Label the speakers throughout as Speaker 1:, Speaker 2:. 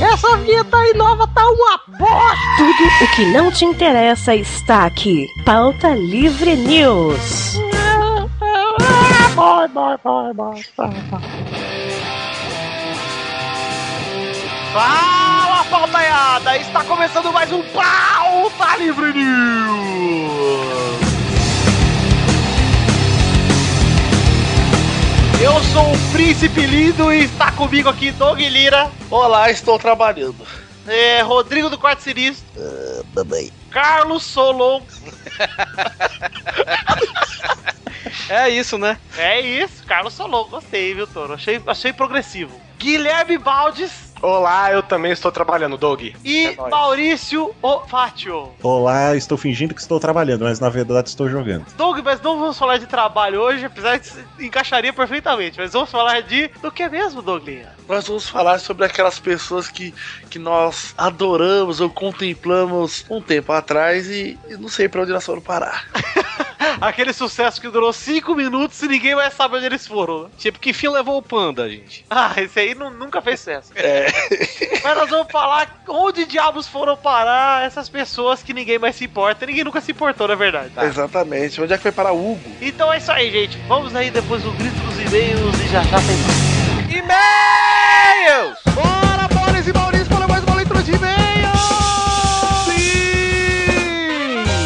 Speaker 1: Essa vinheta aí nova tá uma bosta!
Speaker 2: Tudo o que não te interessa está aqui. Pauta Livre News.
Speaker 1: Ah, Bye, bye, bye, bye, bye, bye. Fala, pautaiada! Está começando mais um Pauta Livre News! Eu sou o Príncipe Lindo e está comigo aqui Doug Lira,
Speaker 3: Olá, estou trabalhando.
Speaker 1: eh, Rodrigo do Quarto Sinistro,
Speaker 3: Também.
Speaker 1: Carlos Solon.
Speaker 3: É isso, né?
Speaker 1: É isso, Carlos Solon, gostei, viu, Toro? Achei, achei progressivo. Guilherme Baldes.
Speaker 4: Olá, eu também estou trabalhando, Doug.
Speaker 1: e
Speaker 4: É nóis.
Speaker 1: Maurício Ofatio.
Speaker 5: Olá, estou fingindo que estou trabalhando, mas na verdade estou jogando.
Speaker 1: Doug, mas não vamos falar de trabalho hoje, apesar de se- encaixaria perfeitamente, mas vamos falar de do que é mesmo, Doug?
Speaker 3: Nós vamos falar sobre aquelas pessoas que, que nós adoramos ou contemplamos um tempo atrás e, e não sei pra onde elas foram parar.
Speaker 1: Aquele sucesso que durou 5 minutos e ninguém mais sabe onde eles foram. né?
Speaker 6: Tipo, que fim levou o panda, gente?
Speaker 1: Ah, esse aí nu- nunca fez sucesso.
Speaker 3: É.
Speaker 1: Mas nós vamos falar onde diabos foram parar essas pessoas que ninguém mais se importa. Ninguém nunca se importou, na verdade.
Speaker 4: Tá.
Speaker 3: Exatamente. Onde é que foi parar o Hugo?
Speaker 1: Então é isso aí, gente. Vamos aí depois do grito dos e-mails e já já tem.
Speaker 6: E-mails!
Speaker 1: Bora, Maurício e Maurício, para mais uma leitura de e-mails!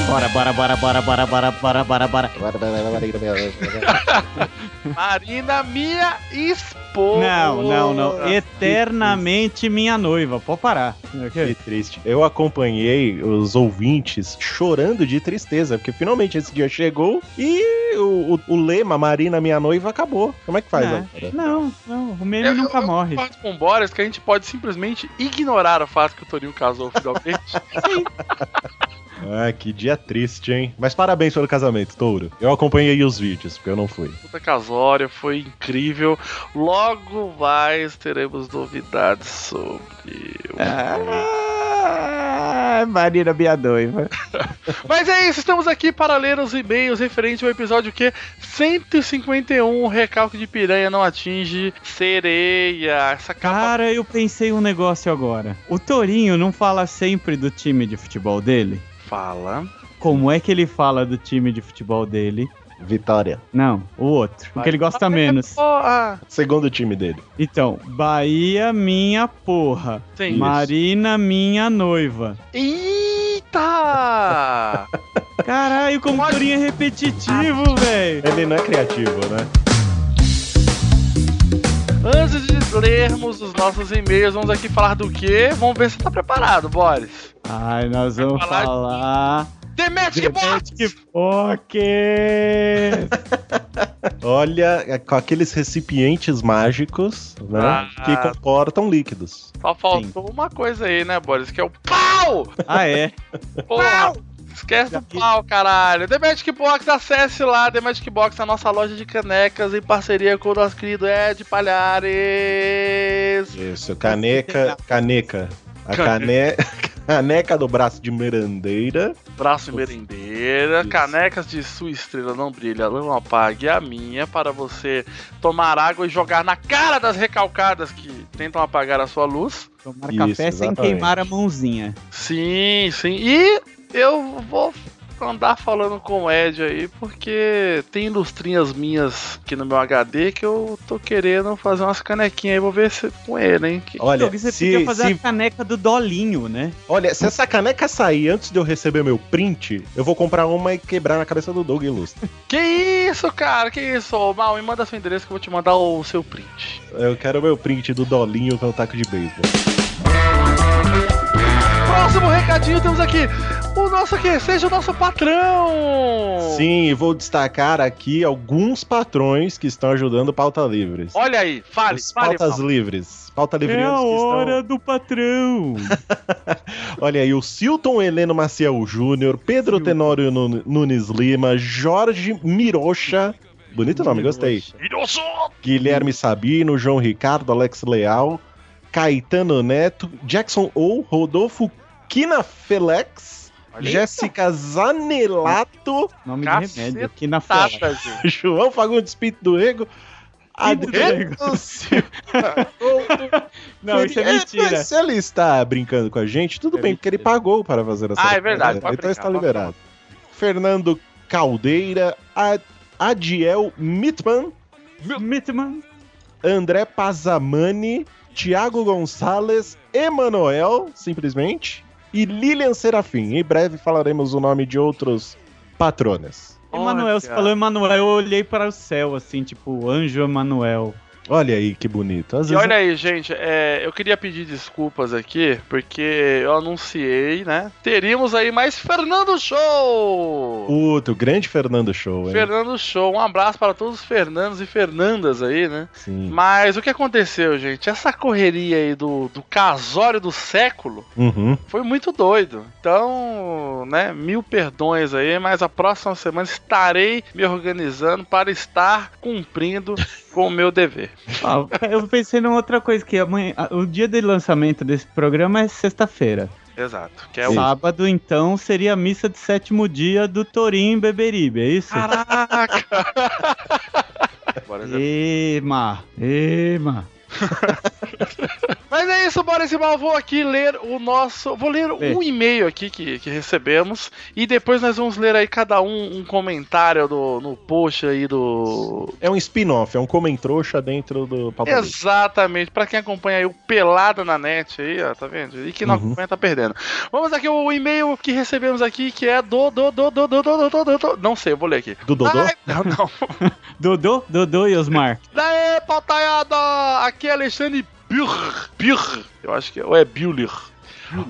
Speaker 5: Bora, bora, bora, bora, bora, bora, bora, bora, bora.
Speaker 6: Marina, minha esposa.
Speaker 7: Não, não, não. Eternamente minha noiva. Pode parar.
Speaker 5: Que triste. Eu acompanhei os ouvintes chorando de tristeza, porque finalmente esse dia chegou e o, o- o lema Marina Minha Noiva acabou. Como é que faz
Speaker 7: É.
Speaker 5: agora?
Speaker 7: Não, não. O meme
Speaker 3: Eu-
Speaker 7: nunca
Speaker 3: eu-
Speaker 7: morre.
Speaker 3: Parte com o Boris que a gente pode simplesmente ignorar o fato que o Torinho casou finalmente.
Speaker 5: Ah, que dia triste, hein? Mas parabéns pelo casamento, Touro. Eu acompanhei os vídeos, porque eu não fui.
Speaker 3: Puta casória, foi incrível. Logo mais teremos novidades sobre.
Speaker 7: Ah, Marina, minha noiva.
Speaker 3: Mas é isso, estamos aqui para ler os e-mails referente ao episódio que 151, o recalque de piranha não atinge sereia. Essa capa
Speaker 7: Cara, eu pensei um negócio agora. O Torinho não fala sempre do time de futebol dele?
Speaker 3: fala.
Speaker 7: Como é que ele fala do time de futebol dele?
Speaker 5: Vitória.
Speaker 7: Não, o outro. O que ele gosta menos.
Speaker 3: Porra!
Speaker 5: Segundo time dele.
Speaker 7: Então, Bahia, minha porra.
Speaker 3: Sim.
Speaker 5: Isso.
Speaker 7: Marina, minha noiva.
Speaker 3: Eita!
Speaker 7: Caralho, como o Torinho é repetitivo, velho.
Speaker 5: Ele não é criativo, né?
Speaker 3: Antes de lermos os nossos e-mails, vamos aqui falar do quê? Vamos ver se tá preparado, Boris.
Speaker 7: Ai, nós vamos
Speaker 3: falar de-
Speaker 7: falar.
Speaker 3: The Magic Box!
Speaker 7: Que poker!
Speaker 5: Olha, é com aqueles recipientes mágicos, né?
Speaker 3: Ah.
Speaker 5: Que comportam líquidos.
Speaker 3: Só faltou uma coisa aí, né, Boris? Que é o pau!
Speaker 7: ah, é?
Speaker 3: Porra! Esquece do pau, caralho. The Magic Box, acesse lá, The Magic Box, a nossa loja de canecas em parceria com o nosso querido Ed Palhares.
Speaker 5: Isso, caneca, caneca. A cane... caneca do braço de merendeira.
Speaker 3: Braço de merendeira,
Speaker 5: Isso.
Speaker 3: canecas de sua estrela não brilha, não apague a minha para você tomar água e jogar na cara das recalcadas que tentam apagar a sua luz.
Speaker 7: Tomar
Speaker 5: Isso,
Speaker 7: café sem
Speaker 5: exatamente.
Speaker 7: queimar a mãozinha.
Speaker 3: Sim, sim. E eu vou andar falando com o Ed aí, porque tem ilustrinhas minhas aqui no meu HD que eu tô querendo fazer umas canequinhas aí, vou ver se com ele, hein? Que-
Speaker 5: Olha,
Speaker 7: Então, você
Speaker 5: se,
Speaker 7: podia fazer
Speaker 5: se-
Speaker 7: a caneca do Dolinho, né?
Speaker 5: olha, se essa caneca sair antes de eu receber meu print, eu vou comprar uma e quebrar na cabeça do Doug Ilustre.
Speaker 3: Que isso, cara? Que isso? Ô, Mal, me manda seu endereço que eu vou te mandar o seu print.
Speaker 5: Eu quero meu print do Dolinho com o taco de beisebol.
Speaker 3: Próximo recadinho temos aqui o nosso que seja o nosso patrão.
Speaker 5: Sim, e vou destacar aqui alguns patrões que estão ajudando pauta livres.
Speaker 3: Olha aí, fale,
Speaker 5: Os
Speaker 3: fale.
Speaker 5: pautas
Speaker 3: Mal.
Speaker 5: livres. Pauta livre
Speaker 7: É a
Speaker 5: que estão...
Speaker 7: hora do patrão.
Speaker 5: Olha aí, o Silton Heleno Maciel Júnior, Pedro Tenório Nun- Nunes Lima, Jorge Mirocha. Bonito nome, gostei. Guilherme Sabino, João Ricardo, Alex Leal, Caetano Neto, Jackson Ou, Rodolfo Quinafelex,
Speaker 3: Olha aí.
Speaker 5: Jéssica Zanelato,
Speaker 7: Nome de
Speaker 3: Caceta.
Speaker 7: remédio aqui na
Speaker 3: Tá,
Speaker 7: foto.
Speaker 3: gente.
Speaker 5: João Fagundes Pinto do Rego,
Speaker 7: Pinto do
Speaker 5: Adriano Silva,
Speaker 7: Não, isso é mentira.
Speaker 5: mas se ele está brincando com a gente, tudo
Speaker 7: É
Speaker 5: bem, porque ele pagou para fazer essa
Speaker 3: Ah, é verdade,
Speaker 5: brincadeira,
Speaker 3: pode
Speaker 5: Então
Speaker 3: brincar,
Speaker 5: está
Speaker 3: pode
Speaker 5: liberado. Fernando Caldeira, A- Adiel Mitman,
Speaker 7: Mitman.
Speaker 5: André Pazamani, Thiago Gonçalves, Emanuel, simplesmente, e Lilian Serafim. Em breve falaremos o nome de outros patronas.
Speaker 7: Emanuel, você falou Emanuel, eu olhei para o céu, assim, tipo, anjo Emanuel.
Speaker 5: Olha aí que bonito. Às
Speaker 3: E
Speaker 5: vezes
Speaker 3: olha aí, gente, é, eu queria pedir desculpas aqui, porque eu anunciei, né? Teríamos aí mais Fernando Show!
Speaker 5: Puta, o grande Fernando Show, hein?
Speaker 3: Fernando Show, um abraço para todos os Fernandos e Fernandas aí, né?
Speaker 5: Sim.
Speaker 3: Mas o que aconteceu, gente? Essa correria aí do, do casório do século
Speaker 5: Uhum.
Speaker 3: foi muito doido. Então, né, mil perdões aí, mas a próxima semana estarei me organizando para estar cumprindo com o meu dever.
Speaker 7: Ah, eu pensei numa outra coisa, que amanhã, ah, o dia de lançamento desse programa é sexta-feira.
Speaker 3: Exato. Que é o...
Speaker 7: Sábado, então, seria a missa de sétimo dia do Torinho em Beberibe, é isso?
Speaker 3: Caraca! Bora, Zé.
Speaker 7: Ema, ema.
Speaker 3: Mas é isso, bora esse mal. Vou aqui ler o nosso. Vou ler
Speaker 7: Lê.
Speaker 3: um e-mail aqui que, que recebemos. E depois nós vamos ler aí cada um um comentário do, no post aí do.
Speaker 5: É um spin-off, é um comentrouxa dentro do Papo Livre.
Speaker 3: Exatamente. Pra quem acompanha aí o Pelada na Net aí, ó, tá vendo? E que não
Speaker 5: Uhum.
Speaker 3: acompanha tá perdendo. Vamos aqui o e-mail que recebemos aqui, que é do do do do do do do do, do, do- Não sei, eu vou ler aqui.
Speaker 5: Do Dodô?
Speaker 3: Ai, não, não.
Speaker 7: Dodô, Dodô e Osmar.
Speaker 3: Daê, pautaiada! Aqui é Alexandre Birr. Birr. Eu acho que é. Ou é Buller.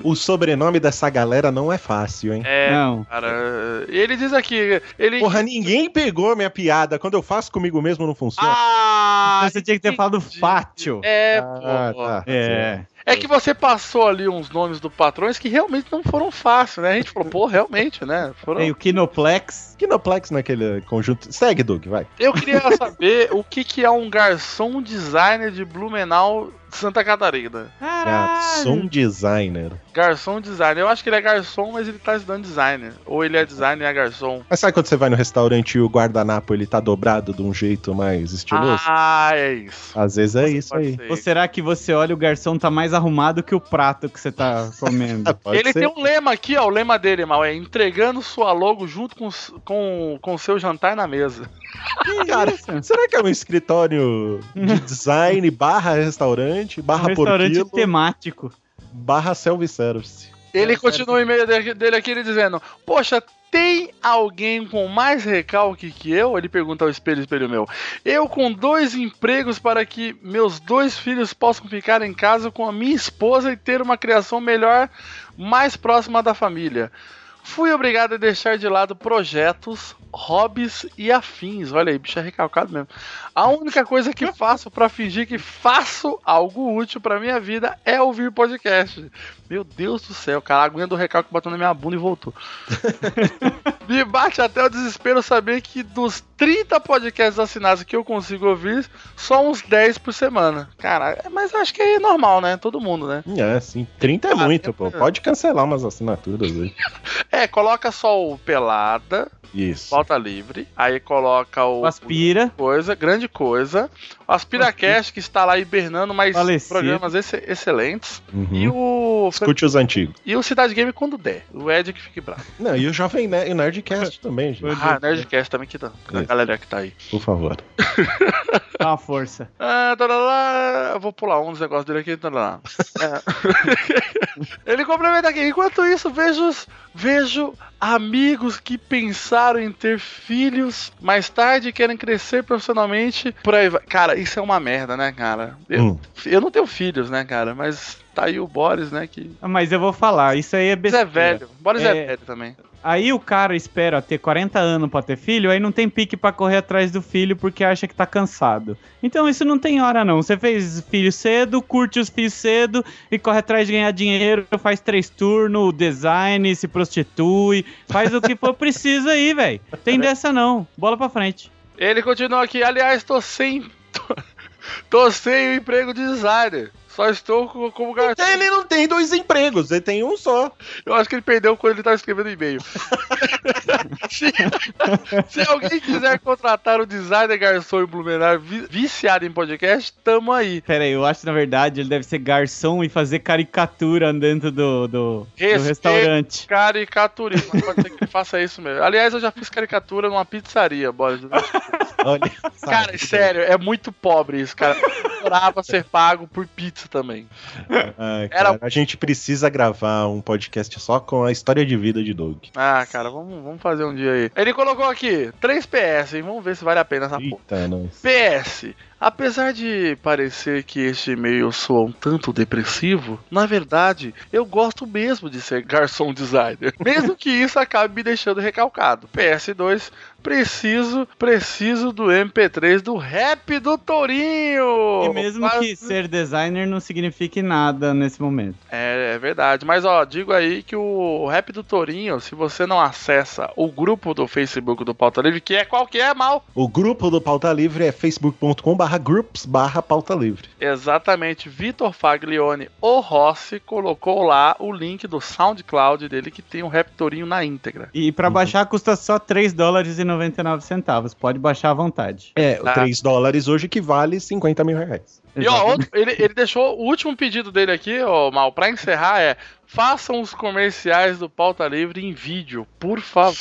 Speaker 5: O sobrenome dessa galera não é fácil, hein?
Speaker 3: É.
Speaker 7: Não.
Speaker 3: Cara, ele diz aqui, ele.
Speaker 5: Porra, ninguém pegou minha piada. Quando eu faço comigo mesmo, não funciona.
Speaker 3: Ah!
Speaker 7: Então Você tinha que ter falado fátio.
Speaker 3: É,
Speaker 5: Ah,
Speaker 3: pô.
Speaker 5: tá.
Speaker 7: É.
Speaker 3: É que você passou ali uns nomes do patrões que realmente não foram fáceis, né? A gente falou, pô, realmente, né? Foram...
Speaker 7: Tem o Kinoplex.
Speaker 5: Kinoplex naquele conjunto. Segue, Doug, vai.
Speaker 3: Eu queria saber o que, que é um garçom designer de Blumenau de Santa Catarina.
Speaker 5: Garçom um designer.
Speaker 3: Garçom designer. Eu acho que ele é garçom, mas ele tá se dando designer. Ou ele é designer e é garçom.
Speaker 5: Mas sabe quando você vai no restaurante e o guardanapo ele tá dobrado de um jeito mais estiloso?
Speaker 3: Ah, é isso.
Speaker 5: Às vezes é isso
Speaker 3: Pode
Speaker 5: aí.
Speaker 3: ser.
Speaker 7: Ou será que você olha o garçom tá mais arrumado que o prato que você tá comendo?
Speaker 5: Ah, pode
Speaker 3: ele
Speaker 5: ser.
Speaker 3: tem um lema aqui, ó. O lema dele, mal, é entregando sua logo junto com, s- com, com seu jantar na mesa.
Speaker 7: Que
Speaker 5: Cara,
Speaker 7: isso?
Speaker 5: Será que é um escritório de design barra restaurante,
Speaker 3: Um
Speaker 5: barra
Speaker 7: restaurante
Speaker 5: porquilo,
Speaker 7: temático.
Speaker 5: barra self-service?
Speaker 3: Ele
Speaker 7: É,
Speaker 3: continua o e-mail dele, dele aqui ele dizendo: Poxa, tem alguém com mais recalque que eu? Ele pergunta ao espelho, espelho meu. Eu com dois empregos para que meus dois filhos possam ficar em casa com a minha esposa e ter uma criação melhor, mais próxima da família. Fui obrigado a deixar de lado projetos, hobbies e afins. Olha aí, bicho é recalcado mesmo. A única coisa que faço para fingir que faço algo útil para minha vida é ouvir podcast. Meu Deus do céu, cara, a aguinha do recalque bateu na minha bunda e voltou. Me bate até o desespero saber que dos 30 podcasts assinados que eu consigo ouvir, só uns 10 por semana. Cara, mas eu acho que é normal, né? Todo mundo, né?
Speaker 5: É, sim. 30 é
Speaker 3: Ah,
Speaker 5: muito,
Speaker 3: eu-
Speaker 5: pô. Pode cancelar umas assinaturas aí.
Speaker 3: É, coloca só o Pelada,
Speaker 5: Isso.
Speaker 3: Pauta Livre, aí coloca o...
Speaker 7: O Aspira.
Speaker 3: Coisa, grande coisa. O AspiraCast, que está lá hibernando, mas
Speaker 7: Falecido. Hum.
Speaker 3: programas ex- excelentes.
Speaker 5: Uhum.
Speaker 3: E o
Speaker 5: Escute os antigos.
Speaker 3: e o Cidade Game quando der. O Ed que fique bravo.
Speaker 5: Não, e o Jovem Nerd, e o Nerdcast também, gente.
Speaker 3: Ah, Nerdcast também que tá. A
Speaker 5: Isso.
Speaker 3: galera que tá aí.
Speaker 5: Por favor.
Speaker 7: Dá uma força.
Speaker 3: Ah, tarará, eu vou pular um dos negócios dele aqui. tarará. É. Ele complementa aqui. Enquanto isso, vejo, os- vejo amigos que pensaram em ter filhos mais tarde e querem crescer profissionalmente. Por aí vai. Cara, isso é uma merda, né, cara? Eu,
Speaker 5: Hum.
Speaker 3: eu não tenho filhos, né, cara? Mas tá aí o Boris, né? Que.
Speaker 7: Ah, Mas eu vou falar, isso aí é
Speaker 3: Boris é
Speaker 7: besteira.
Speaker 3: velho. Boris é,
Speaker 7: É.
Speaker 3: velho também.
Speaker 7: Aí o cara espera ter 40 anos pra ter filho, aí não tem pique pra correr atrás do filho porque acha que tá cansado. Então isso não tem hora não. Você fez filho cedo, curte os filhos cedo e corre atrás de ganhar dinheiro, faz três turnos, design, se prostitui, faz o que for preciso aí, velho. Tem dessa não. Bola pra frente.
Speaker 3: Ele continua aqui. Aliás, tô sem. Tô, tô sem o emprego de designer. Só estou co- como garoto.
Speaker 5: Então ele não tem dois empregos, ele tem um só.
Speaker 3: Eu acho que ele perdeu quando ele tava escrevendo e-mail. se, se alguém quiser contratar o designer garçom e Blumenau vi- viciado em podcast, tamo aí.
Speaker 7: Pera aí, eu acho que na verdade ele deve ser garçom e fazer caricatura dentro do, do, do
Speaker 3: Respeito.
Speaker 7: restaurante.
Speaker 3: Caricaturismo, mas pode ser que ele faça isso mesmo. Aliás, eu já fiz caricatura numa pizzaria, bora.
Speaker 5: Olha,
Speaker 3: Cara, sério, é muito pobre isso, cara. Eu adorava ser pago por pizza também.
Speaker 5: Ai, Ah, cara,
Speaker 3: Era-
Speaker 5: A gente precisa gravar um podcast só com a história de vida de Doug.
Speaker 3: Ah, cara, vamos, vamos fazer um dia aí. Ele colocou aqui 3 PS, hein? Vamos ver se vale a pena essa porra.
Speaker 5: Eita, nós.
Speaker 3: PS, apesar de parecer que este e-mail soa um tanto depressivo, na verdade, eu gosto mesmo de ser garçom designer. Mesmo que isso acabe me deixando recalcado. PS2, preciso, preciso do MP3 do rap do Tourinho!
Speaker 7: E mesmo
Speaker 3: Mas-
Speaker 7: que ser designer não signifique nada nesse momento.
Speaker 3: É, é verdade. Mas ó, digo aí que o rap do Tourinho, se você não acessa o grupo do Facebook do Pauta Livre, que é qualquer mal.
Speaker 5: O grupo do Pauta Livre é facebook.com/barra groups barra pauta livre.
Speaker 3: Exatamente, Vitor Faglione, o Rossi, colocou lá o link do SoundCloud dele que tem o rap Tourinho na íntegra.
Speaker 7: E pra baixar custa só 3 dólares e 99 centavos. Pode baixar à vontade.
Speaker 5: É,
Speaker 3: Tá.
Speaker 5: 3 dólares hoje que vale 50 mil reais.
Speaker 3: E ó, outro- ele, ele deixou o último pedido dele aqui, ó, Mal, pra encerrar é. Façam os comerciais do Pauta Livre em vídeo, por favor.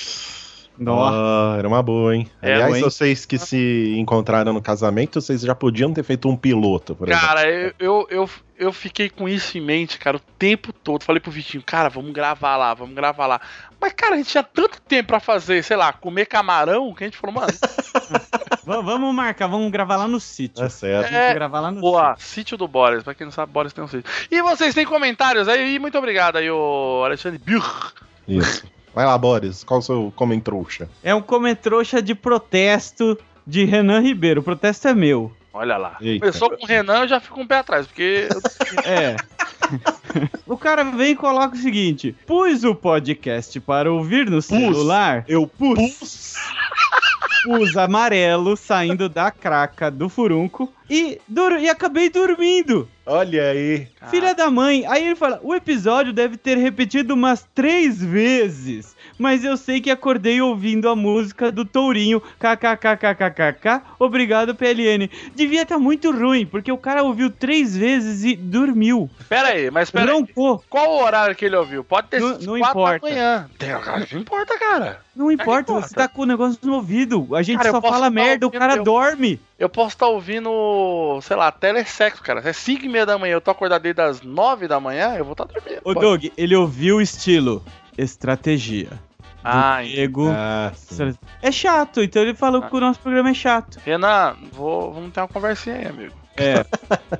Speaker 7: Nossa.
Speaker 5: Ah, era uma boa, hein?
Speaker 3: É,
Speaker 5: Aliás,
Speaker 7: boa, hein?
Speaker 5: vocês que se encontraram no casamento, vocês já podiam ter feito um piloto, por exemplo.
Speaker 3: Cara, eu, eu, eu, eu fiquei com isso em mente, cara, o tempo todo. Falei pro Vitinho, cara, vamos gravar lá, vamos gravar lá. Mas, cara, a gente tinha tanto tempo pra fazer, sei lá, comer camarão, que a gente falou, mano,
Speaker 7: Va- Vamos marcar, vamos gravar lá no sítio.
Speaker 5: Tá certo.
Speaker 3: É,
Speaker 7: Vamos gravar lá no
Speaker 3: boa, sítio do Boris. Pra quem não sabe, Boris tem um sítio. E vocês têm comentários aí, e muito obrigado aí, o Alexandre Birr.
Speaker 5: Isso. Vai lá, Boris, qual o seu comem trouxa?
Speaker 7: É um comentrouxa de protesto de Renan Ribeiro. O protesto é meu.
Speaker 3: Olha lá.
Speaker 5: Eita.
Speaker 3: Começou com o Renan, eu já fico um pé atrás, porque.
Speaker 7: É. o cara vem e coloca o seguinte: pus o podcast para ouvir no celular,
Speaker 5: Eu pus.
Speaker 7: pus amarelo saindo da craca do furunco e, dur- e acabei dormindo.
Speaker 5: Olha aí.
Speaker 3: Ah.
Speaker 7: Filha da mãe. Aí ele fala: o episódio deve ter repetido umas três vezes. Mas eu sei que acordei ouvindo a música do Tourinho. KKKKKKK. Obrigado, PLN. Devia estar muito ruim, porque o cara ouviu três vezes e dormiu.
Speaker 3: Pera aí, mas pera aí.
Speaker 7: Roncou.
Speaker 3: Qual o horário que ele ouviu? Pode ter
Speaker 7: Não-
Speaker 3: sido
Speaker 7: não
Speaker 3: quatro
Speaker 7: importa.
Speaker 3: da manhã. Tem- Não importa, cara.
Speaker 7: Não importa,
Speaker 3: importa.
Speaker 7: você tá com o negócio no ouvido. A gente
Speaker 3: Cara, eu
Speaker 7: só
Speaker 3: posso
Speaker 7: fala
Speaker 3: falar
Speaker 7: merda, o
Speaker 3: o que
Speaker 7: cara
Speaker 3: eu-
Speaker 7: dorme.
Speaker 3: Eu posso estar ouvindo, sei lá, telesexo, cara. Se é 5 e meia da manhã, eu tô acordado desde as 9 da manhã, eu vou estar dormindo.
Speaker 7: Ô,
Speaker 3: pô.
Speaker 7: Doug, ele ouviu o estilo. Estratégia.
Speaker 3: Ah, hein.
Speaker 7: Ego.
Speaker 5: Ah, sim.
Speaker 7: É chato, então ele falou que o nosso programa é chato.
Speaker 3: Renan, vou, vamos ter uma conversinha aí, amigo.
Speaker 7: É.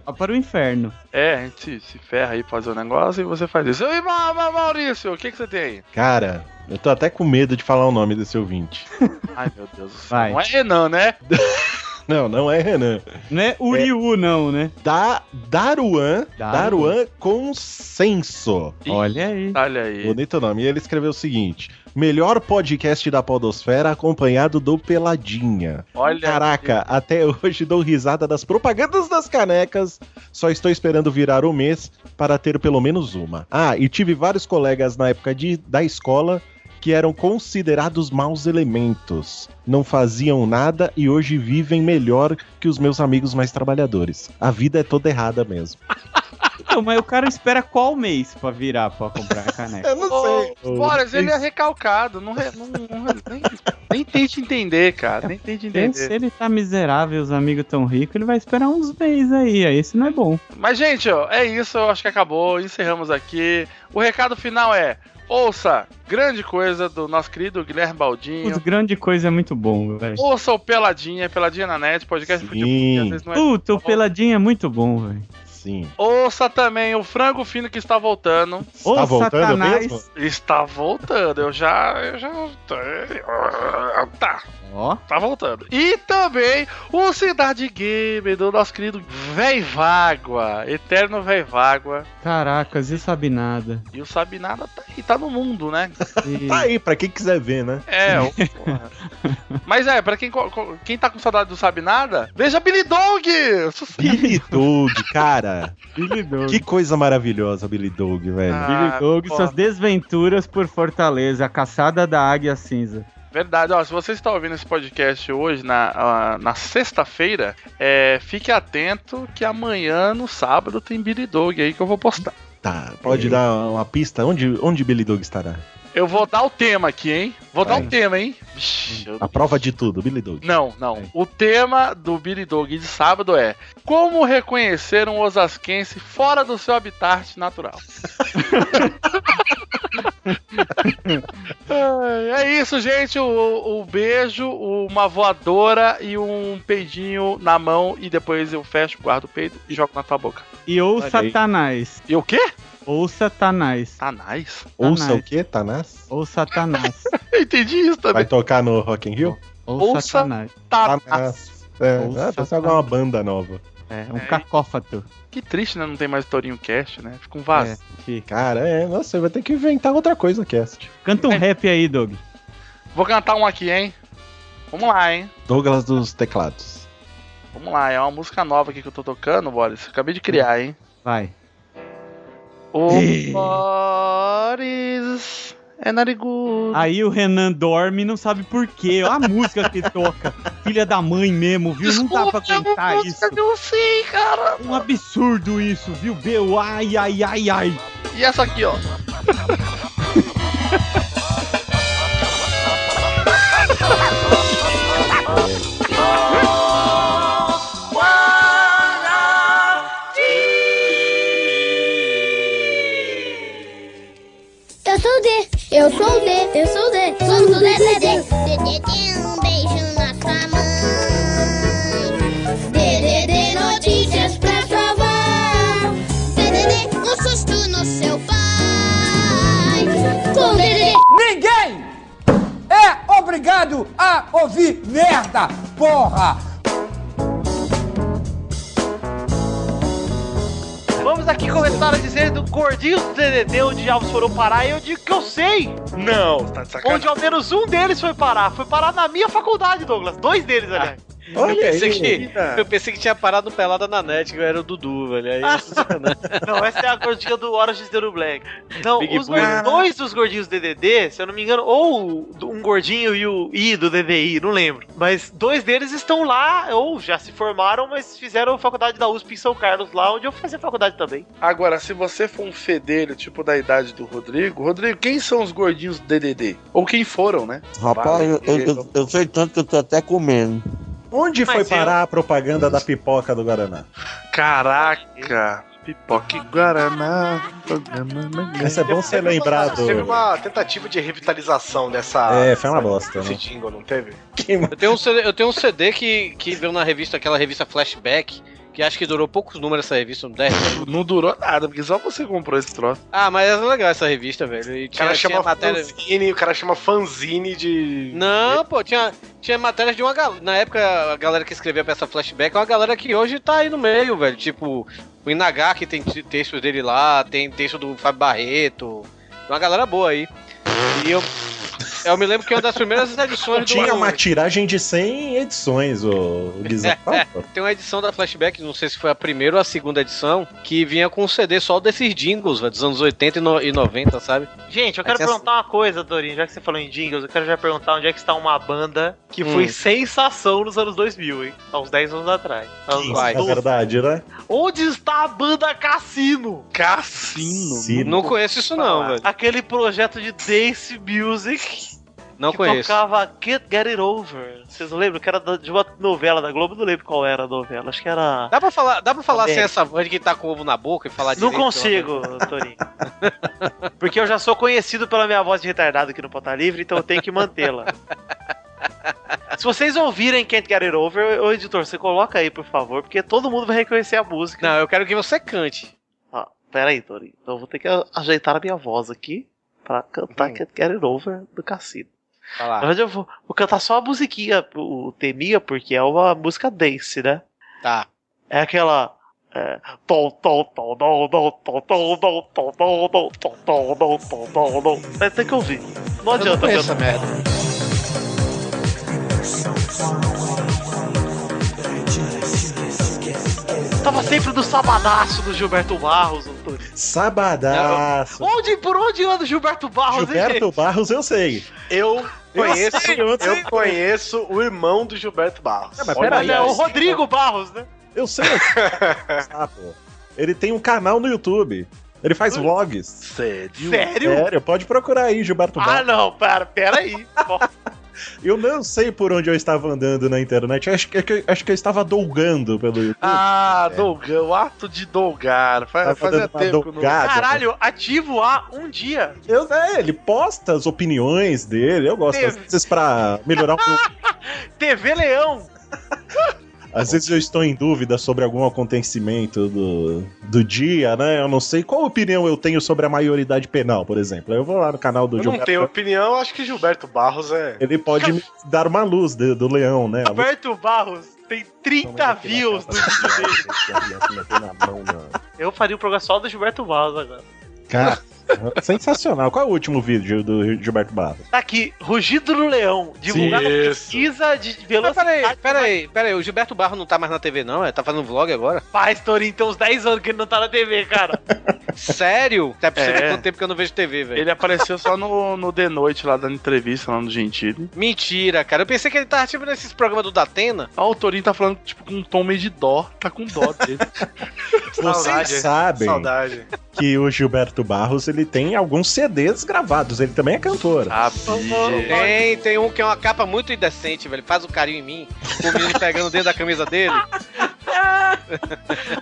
Speaker 7: Vá para o inferno.
Speaker 3: É, a gente se ferra aí pra fazer o negócio e você faz isso. E Ma- Ma- Maurício, o que, que você tem aí?
Speaker 5: Cara, eu tô até com medo de falar o nome desse ouvinte.
Speaker 3: Ai, meu Deus do céu.
Speaker 7: Vai.
Speaker 3: Não é Renan, né?
Speaker 5: Não, não é Renan.
Speaker 7: Não é Uriu, não, né?
Speaker 5: Da Daruan,
Speaker 7: Daruan.
Speaker 5: Daruan Consenso.
Speaker 3: Ih.
Speaker 7: Olha aí.
Speaker 3: Olha aí.
Speaker 5: Bonito nome. E ele escreveu o seguinte: Melhor podcast da Podosfera acompanhado do Peladinha.
Speaker 3: Olha
Speaker 5: Caraca, até hoje dou risada das propagandas das canecas. Só estou esperando virar o mês para ter pelo menos uma. Ah, e tive vários colegas na época de, da escola que eram considerados maus elementos. Não faziam nada e hoje vivem melhor que os meus amigos mais trabalhadores. A vida é toda errada mesmo.
Speaker 7: Então, mas o cara espera qual mês pra virar pra comprar a caneca?
Speaker 5: Eu não
Speaker 3: Ô, Boris, ele é recalcado. Não, re- não- não- nem, nem tente entender, cara. Nem tente
Speaker 7: Então,
Speaker 3: entender.
Speaker 7: Se ele tá miserável e os amigos tão ricos, ele vai esperar uns meses aí. Aí isso não é bom.
Speaker 3: Mas, gente, ó, é isso. Eu acho que acabou. Encerramos aqui. O recado final é: ouça grande coisa do nosso querido Guilherme
Speaker 7: Os
Speaker 3: Baldinho.
Speaker 7: grande coisa é muito bom, velho.
Speaker 3: Ouça o Peladinha, Peladinha na net, podcast de
Speaker 5: Sim.
Speaker 3: futebol, que às vezes não é
Speaker 5: tá
Speaker 7: Puta, o peladinho é muito bom, velho.
Speaker 5: Sim.
Speaker 3: Ouça também o Frango Fino que está voltando.
Speaker 7: Ô,
Speaker 5: Tá voltando
Speaker 7: Satanás.
Speaker 5: mesmo?
Speaker 3: Está voltando, eu já. Eu já. Tá,
Speaker 7: Ó.
Speaker 3: tá voltando. E também o Cidade Gamer do nosso querido Veivágua, Eterno Veivágua.
Speaker 7: Caracas, e sabe nada.
Speaker 3: E o Sabe Nada tá aí, tá no mundo, né?
Speaker 7: E-
Speaker 5: Tá aí, pra quem quiser ver, né?
Speaker 3: É, ô, porra. Mas é, pra quem, co- co- quem tá com saudade do Sabe Nada, veja Billy Dog! Sucesso!
Speaker 5: Billy Doug, cara.
Speaker 7: Billy Dog.
Speaker 5: Que coisa maravilhosa, Billy Dog, velho.
Speaker 3: Ah,
Speaker 7: Billy Dog,
Speaker 3: pô.
Speaker 7: suas desventuras por Fortaleza, a caçada da águia cinza.
Speaker 3: Verdade, ó, se você está ouvindo esse podcast hoje, na, ah, na sexta-feira, é, fique atento que amanhã, no sábado, tem Billy Dog aí que eu vou postar.
Speaker 5: Tá, pode dar uma pista? Onde, onde Billy Dog estará?
Speaker 3: Eu vou dar o tema aqui, hein? Vou dar
Speaker 5: Vai.
Speaker 3: o tema, hein? Vixe, eu-
Speaker 5: A prova de tudo, Billy
Speaker 6: Tá
Speaker 5: Dog.
Speaker 3: Não, não.
Speaker 5: Vai.
Speaker 3: O tema do Billy Dog de sábado é Como reconhecer um osasquense fora do seu habitat natural. Ai, é isso, gente. O, o beijo, uma voadora e um peidinho na mão. E depois eu fecho, guardo o peito e jogo na tua boca.
Speaker 7: E ou
Speaker 5: Olha aí.
Speaker 7: Satanás.
Speaker 3: E o quê?
Speaker 7: Ou Satanás.
Speaker 3: Tanais?
Speaker 5: Ouça
Speaker 7: Tanás.
Speaker 5: o quê, Tanás?
Speaker 7: Ou Satanás.
Speaker 3: Eu entendi isso
Speaker 5: Vai
Speaker 3: também. Tá,
Speaker 5: tocar no Rock in Rio?
Speaker 7: Ou
Speaker 3: Ouça-
Speaker 7: Satanás.
Speaker 3: Tanás.
Speaker 5: Tanás. É,
Speaker 7: Ouça
Speaker 5: ah, pensava que era uma banda nova.
Speaker 7: É, um
Speaker 3: É.
Speaker 7: cacófato.
Speaker 3: Que triste, né? Não tem mais Torinho Cast, né? Fica um vazio.
Speaker 7: É, fica.
Speaker 5: Cara, é, nossa, você vai ter que inventar outra coisa, Cast.
Speaker 7: Canta um
Speaker 3: É.
Speaker 7: rap aí, Doug.
Speaker 3: Vou cantar um aqui, hein? Vamos lá, hein?
Speaker 5: Douglas dos teclados.
Speaker 3: Vamos lá, é uma música nova aqui que eu tô tocando, Boris. Acabei de criar, hein?
Speaker 7: Vai.
Speaker 3: O
Speaker 7: Ih.
Speaker 3: Boris é narigudo.
Speaker 7: Aí o Renan dorme e não sabe por quê. Ó a música que toca. Filha da mãe mesmo, viu? não dá pra
Speaker 3: é uma
Speaker 7: cantar isso.
Speaker 3: música que eu sei, cara.
Speaker 7: Um absurdo isso, viu, Beu? Ai, ai, ai, ai.
Speaker 3: E essa aqui, ó.
Speaker 8: Eu sou o D, eu sou o D, eu sou o D, sou o D, D, D. Dedê um beijo na sua mãe. Dedê notícias pra sua avó. Dedê um susto no seu pai. Com Dedê.
Speaker 9: Ninguém é obrigado a ouvir merda, porra!
Speaker 1: Vamos aqui começar a dizer do gordinho do DDD onde Alves foram parar e eu digo que eu sei
Speaker 4: Não, tá de sacanagem.
Speaker 1: onde ao menos um deles foi parar. Foi parar na minha faculdade, Douglas. Dois deles, aliás.
Speaker 5: Olha
Speaker 6: pensei que-
Speaker 4: Eita.
Speaker 6: Eu pensei que tinha parado pelada na net, que eu era o Dudu, velho. Aí,
Speaker 1: Ah.
Speaker 6: é
Speaker 1: Não, essa é a gordinha do Orange is the New Black. Não,
Speaker 6: Big
Speaker 1: os
Speaker 6: Booty.
Speaker 1: gor- dois dos gordinhos do DDD, se eu não me engano, ou do- um gordinho e o I do DDI, não lembro. Mas dois deles estão lá, ou já se formaram, mas fizeram faculdade da USP em São Carlos, lá onde eu fazia faculdade também.
Speaker 3: Agora, se você for um fedelho, tipo da idade do Rodrigo, Rodrigo, quem são os gordinhos do DDD? Ou quem foram, né?
Speaker 10: Rapaz, eu, eu, eu- eu sei tanto que eu tô até comendo.
Speaker 5: Onde foi
Speaker 1: Mas eu-
Speaker 5: parar a propaganda da pipoca do Guaraná?
Speaker 3: Caraca. Pipoca e Guaraná.
Speaker 5: Essa é bom ser lembrado.
Speaker 4: Teve uma tentativa de revitalização dessa.
Speaker 5: É, foi uma bosta,
Speaker 4: Esse
Speaker 5: né?
Speaker 4: jingle, não teve?
Speaker 6: eu, tenho um CD, eu tenho um CD que, que veio na revista, aquela revista Flashback, que acho que durou poucos números essa revista, um 10.
Speaker 4: Tipo,
Speaker 3: Não durou nada, porque só você comprou esse troço.
Speaker 6: Ah, mas era legal essa revista, velho. E
Speaker 4: O
Speaker 6: tinha,
Speaker 4: cara
Speaker 6: tinha
Speaker 4: chama
Speaker 6: matéria.
Speaker 4: fanzine, o cara chama fanzine de.
Speaker 6: Não, pô, tinha, tinha matérias de uma galera. Na época, a galera que escrevia pra essa flashback é uma galera que hoje tá aí no meio, velho. Tipo, o Inagá, que tem t- textos dele lá, tem texto do Fábio Barreto. Uma galera boa aí. E eu. Eu me lembro que uma das primeiras edições
Speaker 5: Tinha
Speaker 6: do.
Speaker 5: uma tiragem de 100 edições, o o Guizão.
Speaker 6: Tem uma edição da Flashback, não sei se foi a primeira ou a segunda edição, que vinha com um CD só desses jingles, velho, dos anos 80 e, no- e 90, sabe?
Speaker 1: Gente, eu quero
Speaker 6: É Essa-
Speaker 1: perguntar uma coisa, Dorinho, já que você falou em jingles, eu quero já perguntar onde é que está uma banda que
Speaker 6: Hum.
Speaker 1: foi sensação nos anos 2000, hein? Há uns 10 anos atrás. Há uns
Speaker 5: Isso,
Speaker 6: vai.
Speaker 5: é verdade, né?
Speaker 1: Onde está a banda Cassino?
Speaker 3: Cassino.
Speaker 5: Sim.
Speaker 6: Não conheço isso não, velho.
Speaker 1: Aquele projeto de dance music
Speaker 6: Não
Speaker 1: que
Speaker 6: conheço.
Speaker 1: tocava Can't Get It Over. Vocês não lembram? Que era da- de uma novela da Globo, não lembro qual era a novela. Acho que era.
Speaker 6: Dá pra falar, dá pra falar sem
Speaker 1: América.
Speaker 6: essa voz de quem tá com ovo na boca e falar
Speaker 1: Não
Speaker 6: direito,
Speaker 1: consigo, Torinho. Porque eu já sou conhecido pela minha voz de retardado aqui no Pauta Livre, então eu tenho que mantê-la. Se vocês ouvirem Can't Get It Over, ô editor, você coloca aí, por favor, porque todo mundo vai reconhecer a música.
Speaker 6: Não, eu quero que você cante.
Speaker 1: Ah, pera aí, Torinho. Então eu vou ter que a- ajeitar a minha voz aqui pra cantar Can't Get It Over do Cassino.
Speaker 6: Hum. Vai
Speaker 1: Na
Speaker 6: lá.
Speaker 1: verdade, eu vou, vou cantar só a musiquinha, o Temia, porque é uma música dance, né?
Speaker 6: Tá.
Speaker 1: É aquela. É, tom, tom, tom, tom, tom, tom, tom, tom, tom, tom, tom, tom, tom, tom, tom, tom, tom. Mas tem que ouvir. Não
Speaker 6: Eu não
Speaker 1: adianta
Speaker 6: conheço essa
Speaker 1: cantar.
Speaker 6: merda.
Speaker 1: Tá falava sempre do sabadaço do Gilberto Barros, Antônio.
Speaker 5: Sabadaço.
Speaker 1: Onde, por onde anda o Gilberto Barros, hein,
Speaker 5: Gilberto Barros, eu sei.
Speaker 4: Eu conheço,
Speaker 5: sei, eu sei.
Speaker 4: eu conheço o irmão do Gilberto Barros.
Speaker 5: Não, mas
Speaker 1: gente?
Speaker 5: peraí.
Speaker 1: Olha, o Rodrigo Barros, né?
Speaker 5: Eu sei. Ah, pô. Ele tem um canal no YouTube. Ele faz vlogs.
Speaker 4: Sério?
Speaker 1: Sério?
Speaker 5: pode procurar aí, Gilberto
Speaker 1: Ah,
Speaker 5: Barros.
Speaker 1: não, pera, pera aí.
Speaker 5: Eu não sei por onde eu estava andando na internet. Acho que, é que- acho que eu estava dolgando pelo YouTube.
Speaker 4: Ah, Dolgan, o ato de Dolgar.
Speaker 5: Tava
Speaker 4: Faz, fazia
Speaker 5: dando uma
Speaker 4: tempo que eu não-
Speaker 5: dolgada.
Speaker 1: Caralho, ativo há um dia.
Speaker 5: Eu- é, ele posta as opiniões dele. Eu gosto. Às
Speaker 1: Teve.
Speaker 5: vezes, pra melhorar um pouco.
Speaker 1: TV Leão.
Speaker 5: Às vezes eu estou em dúvida sobre algum acontecimento do, do dia, né? Eu não sei qual opinião eu tenho sobre a maioridade penal, por exemplo. Eu vou lá no canal do
Speaker 4: Eu não
Speaker 5: Gilberto.
Speaker 4: tenho opinião, acho que Gilberto Barros é.
Speaker 5: Ele pode me dar uma luz de- do leão, né? A luz- é
Speaker 1: Gilberto Barros tem 30 views no vídeo dele.
Speaker 5: assim, né,
Speaker 1: Eu faria o programa só do Gilberto Barros agora.
Speaker 5: Cara, sensacional. Qual é o último vídeo do Gilberto Barros?
Speaker 1: Tá aqui, Rugido do Leão, divulgado a
Speaker 4: Isso.
Speaker 1: pesquisa de
Speaker 6: Mas peraí,
Speaker 1: velocidade.
Speaker 6: peraí, peraí, o Gilberto Barro não tá mais na TV, não? É? Tá fazendo vlog agora?
Speaker 1: Faz, Torinho, tem uns 10 anos que ele não tá na TV, cara.
Speaker 6: Sério? Tá percebendo
Speaker 3: É.
Speaker 6: quanto tempo que eu não vejo TV, velho?
Speaker 3: Ele apareceu só no, no The Noite, lá dando entrevista, lá no Gentili.
Speaker 6: Mentira, cara. Eu pensei que ele tava tipo nesses programas do Datena.
Speaker 3: Ah, o Torinho tá falando, tipo, com um tom meio de dó. Tá com dó dele.
Speaker 5: Vocês
Speaker 4: Saudade.
Speaker 5: sabem
Speaker 4: Saudade.
Speaker 5: que o Gilberto Barros ele tem alguns CDs gravados. Ele também é cantor.
Speaker 3: Ah. Sabe?
Speaker 6: Tem, tem um que é uma capa muito indecente, velho. Faz o carinho em mim. Com o menino pegando dentro da camisa dele.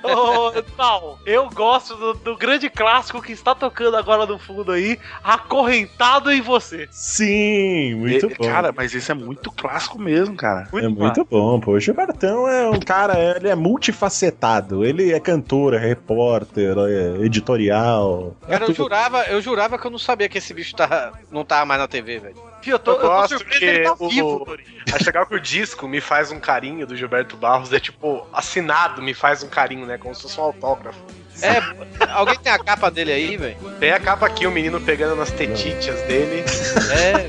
Speaker 1: Ô, Tal, eu gosto do, do grande clássico que está tocando agora no fundo aí, Acorrentado em Você.
Speaker 5: Sim, muito bom.
Speaker 3: Cara, mas esse é muito clássico mesmo, cara.
Speaker 5: é muito bom, pô. O Gilbertão é um cara, ele é multifacetado. Ele é cantor, é repórter, é editorial. É
Speaker 6: Cara, eu
Speaker 5: tudo.
Speaker 6: jurava, eu jurava que eu não sabia que esse bicho tá, não tava mais na TV, velho.
Speaker 1: Fio, eu tô,
Speaker 4: Eu
Speaker 1: eu tô
Speaker 4: gosto
Speaker 1: surpreso
Speaker 4: que
Speaker 1: que ele tá
Speaker 4: o-
Speaker 1: vivo, Torinho.
Speaker 4: Acho legal que o disco me faz um carinho do Gilberto Barros. É tipo, assinado me faz um carinho, né? Como se fosse um autógrafo.
Speaker 6: É, alguém tem a capa dele aí, velho?
Speaker 4: Tem a capa aqui, o menino pegando nas tetitas dele.
Speaker 6: É,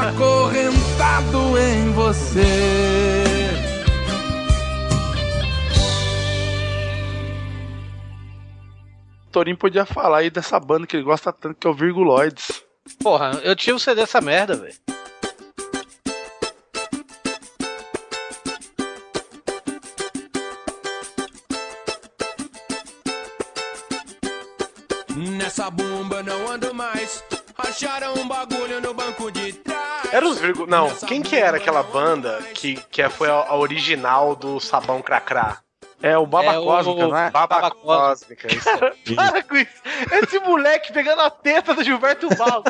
Speaker 9: Acorrentado em você.
Speaker 3: O Torinho podia falar aí dessa banda que ele gosta tanto, que é o Virguloides.
Speaker 6: porra, eu tinha o CD dessa merda, velho.
Speaker 9: Nessa bomba não ando mais. Acharam um bagulho no banco de trás.
Speaker 4: Era os virgul... Não, quem que era aquela banda que, que foi a, a original do Sabão Cracrá?
Speaker 3: É o Baba
Speaker 6: É o-
Speaker 3: Cósmica, não é?
Speaker 6: Baba
Speaker 4: Baba Cósmica. isso.
Speaker 1: Para com isso. Esse moleque pegando a teta do Gilberto Barros.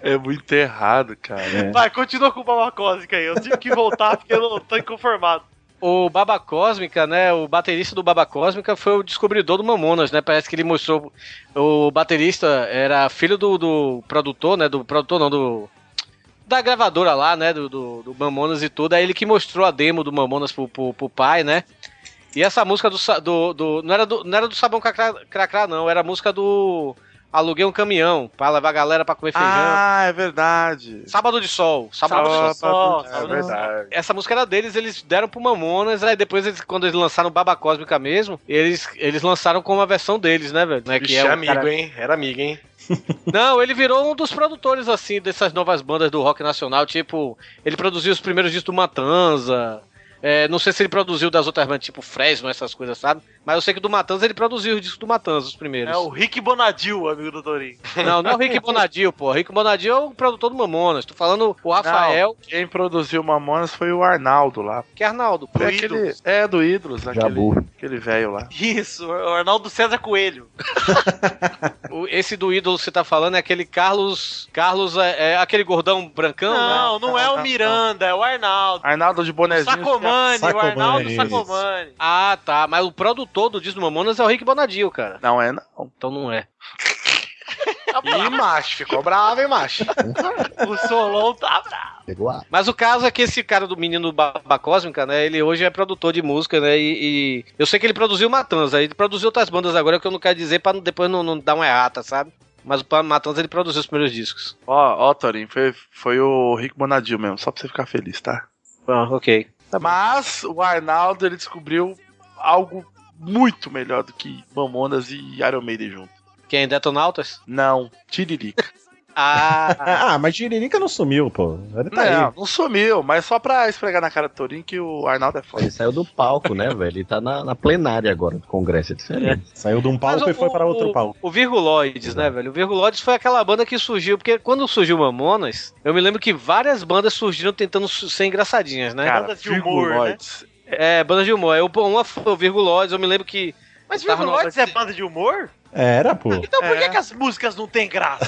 Speaker 3: É muito errado, cara.
Speaker 4: é.
Speaker 1: Vai, continua com o Baba Cósmica aí. Eu tive que voltar porque eu não tô inconformado.
Speaker 6: O Baba Cósmica, né? O baterista do Baba Cósmica foi o descobridor do Mamonas, né? Parece que ele mostrou. O baterista era filho do, do produtor, né? Do produtor, não, do. Da gravadora lá, né? Do, do, do Mamonas e tudo. É ele que mostrou a demo do Mamonas pro, pro, pro pai, né? E essa música do. sa- do, do- não, era do não era do Sabão Cracrá, Cracrá, não. Era a música do. Aluguei um caminhão pra levar a galera pra comer feijão.
Speaker 3: Ah, é verdade.
Speaker 6: Sábado de sol. Sábado, de sol.
Speaker 3: Sábado-
Speaker 1: Tá Só,
Speaker 4: É verdade.
Speaker 6: Essa música era deles, eles deram pro Mamonas, aí depois, eles, quando eles lançaram Baba Cósmica mesmo, eles, eles lançaram com uma versão deles, né, velho? Né,
Speaker 4: Vixe,
Speaker 6: que é o
Speaker 4: amigo,
Speaker 6: cara-
Speaker 4: hein? Era amigo, hein?
Speaker 6: Não, ele virou um dos produtores, assim, dessas novas bandas do rock nacional, tipo, ele produziu os primeiros discos do Matanza, é, não sei se ele produziu das outras bandas, tipo Fresno, essas coisas, sabe? Mas eu sei que do Matanza, ele produziu os discos do Matanza, os primeiros.
Speaker 1: É o Rick Bonadil, amigo do Torinho.
Speaker 6: Não, não o Rick Bonadil, pô. Rick Bonadil é o produtor do Mamonas, tô falando o Rafael,
Speaker 3: Quem produziu Mamonas foi o Arnaldo lá.
Speaker 6: que é Arnaldo, pô.
Speaker 3: Foi aquele, é, do Ídolos,
Speaker 5: Jabu.
Speaker 3: aquele aquele velho lá.
Speaker 1: Isso, o Arnaldo César Coelho.
Speaker 6: O- Esse do ídolo que você tá falando é aquele Carlos. Carlos é, é aquele gordão brancão, né?
Speaker 1: Não, não, é o
Speaker 3: não.
Speaker 1: Miranda, é o Arnaldo.
Speaker 3: Arnaldo de Bonezinho.
Speaker 1: Sacomani, o
Speaker 5: Sacomani,
Speaker 1: Arnaldo
Speaker 5: isso.
Speaker 1: Sacomani.
Speaker 6: Ah, tá. Mas o produtor do disco do Mamonas é o Rick Bonadio, cara.
Speaker 3: Não é, não.
Speaker 6: Então não é.
Speaker 4: Ih, macho, ficou bravo, hein, macho?
Speaker 1: O Solon tá bravo.
Speaker 6: Mas o caso é que esse cara do menino do Baba Cósmica, né? Ele hoje é produtor de música, né? E, e eu sei que ele produziu Matanza, ele produziu outras bandas agora que eu não quero dizer pra não- depois não, não dar uma errata, sabe? Mas o Paulo Matanza ele produziu os primeiros discos.
Speaker 3: Ó, ó, Torinho, foi, foi o Rick Bonadil mesmo, só pra você ficar feliz, tá?
Speaker 6: Ah, ok.
Speaker 3: Mas o Arnaldo ele descobriu algo muito melhor do que Mamonas e Iron Maiden junto.
Speaker 6: Quem? é Detonautas?
Speaker 3: Não, Tiririca.
Speaker 6: Ah,
Speaker 5: Ah, mas Tiririca não sumiu, pô. Ele tá aí.
Speaker 3: não, não sumiu, mas só pra esfregar na cara do Torinho que o Arnaldo é foda.
Speaker 11: Ele saiu do palco, né, velho? Ele tá na, na plenária agora do Congresso, é diferente.
Speaker 5: Saiu de um
Speaker 6: Mas
Speaker 5: palco
Speaker 6: o-
Speaker 5: e foi para outro
Speaker 6: o,
Speaker 5: palco.
Speaker 6: O Virguloides, né, velho? O Virguloides foi aquela banda que surgiu, porque quando surgiu Mamonas, eu me lembro que várias bandas surgiram tentando su- ser engraçadinhas, né?
Speaker 3: Cara,
Speaker 1: Bandas de humor, né?
Speaker 3: Virguloides.
Speaker 6: É, bandas de humor. Eu, pô, uma foi o Virguloides, eu me lembro que.
Speaker 1: Mas
Speaker 6: Tava no
Speaker 1: Virguloides é
Speaker 6: Alberti-
Speaker 1: banda de humor?
Speaker 5: É, Era, pô.
Speaker 1: Então por que,
Speaker 3: É.
Speaker 1: que as músicas não têm graça?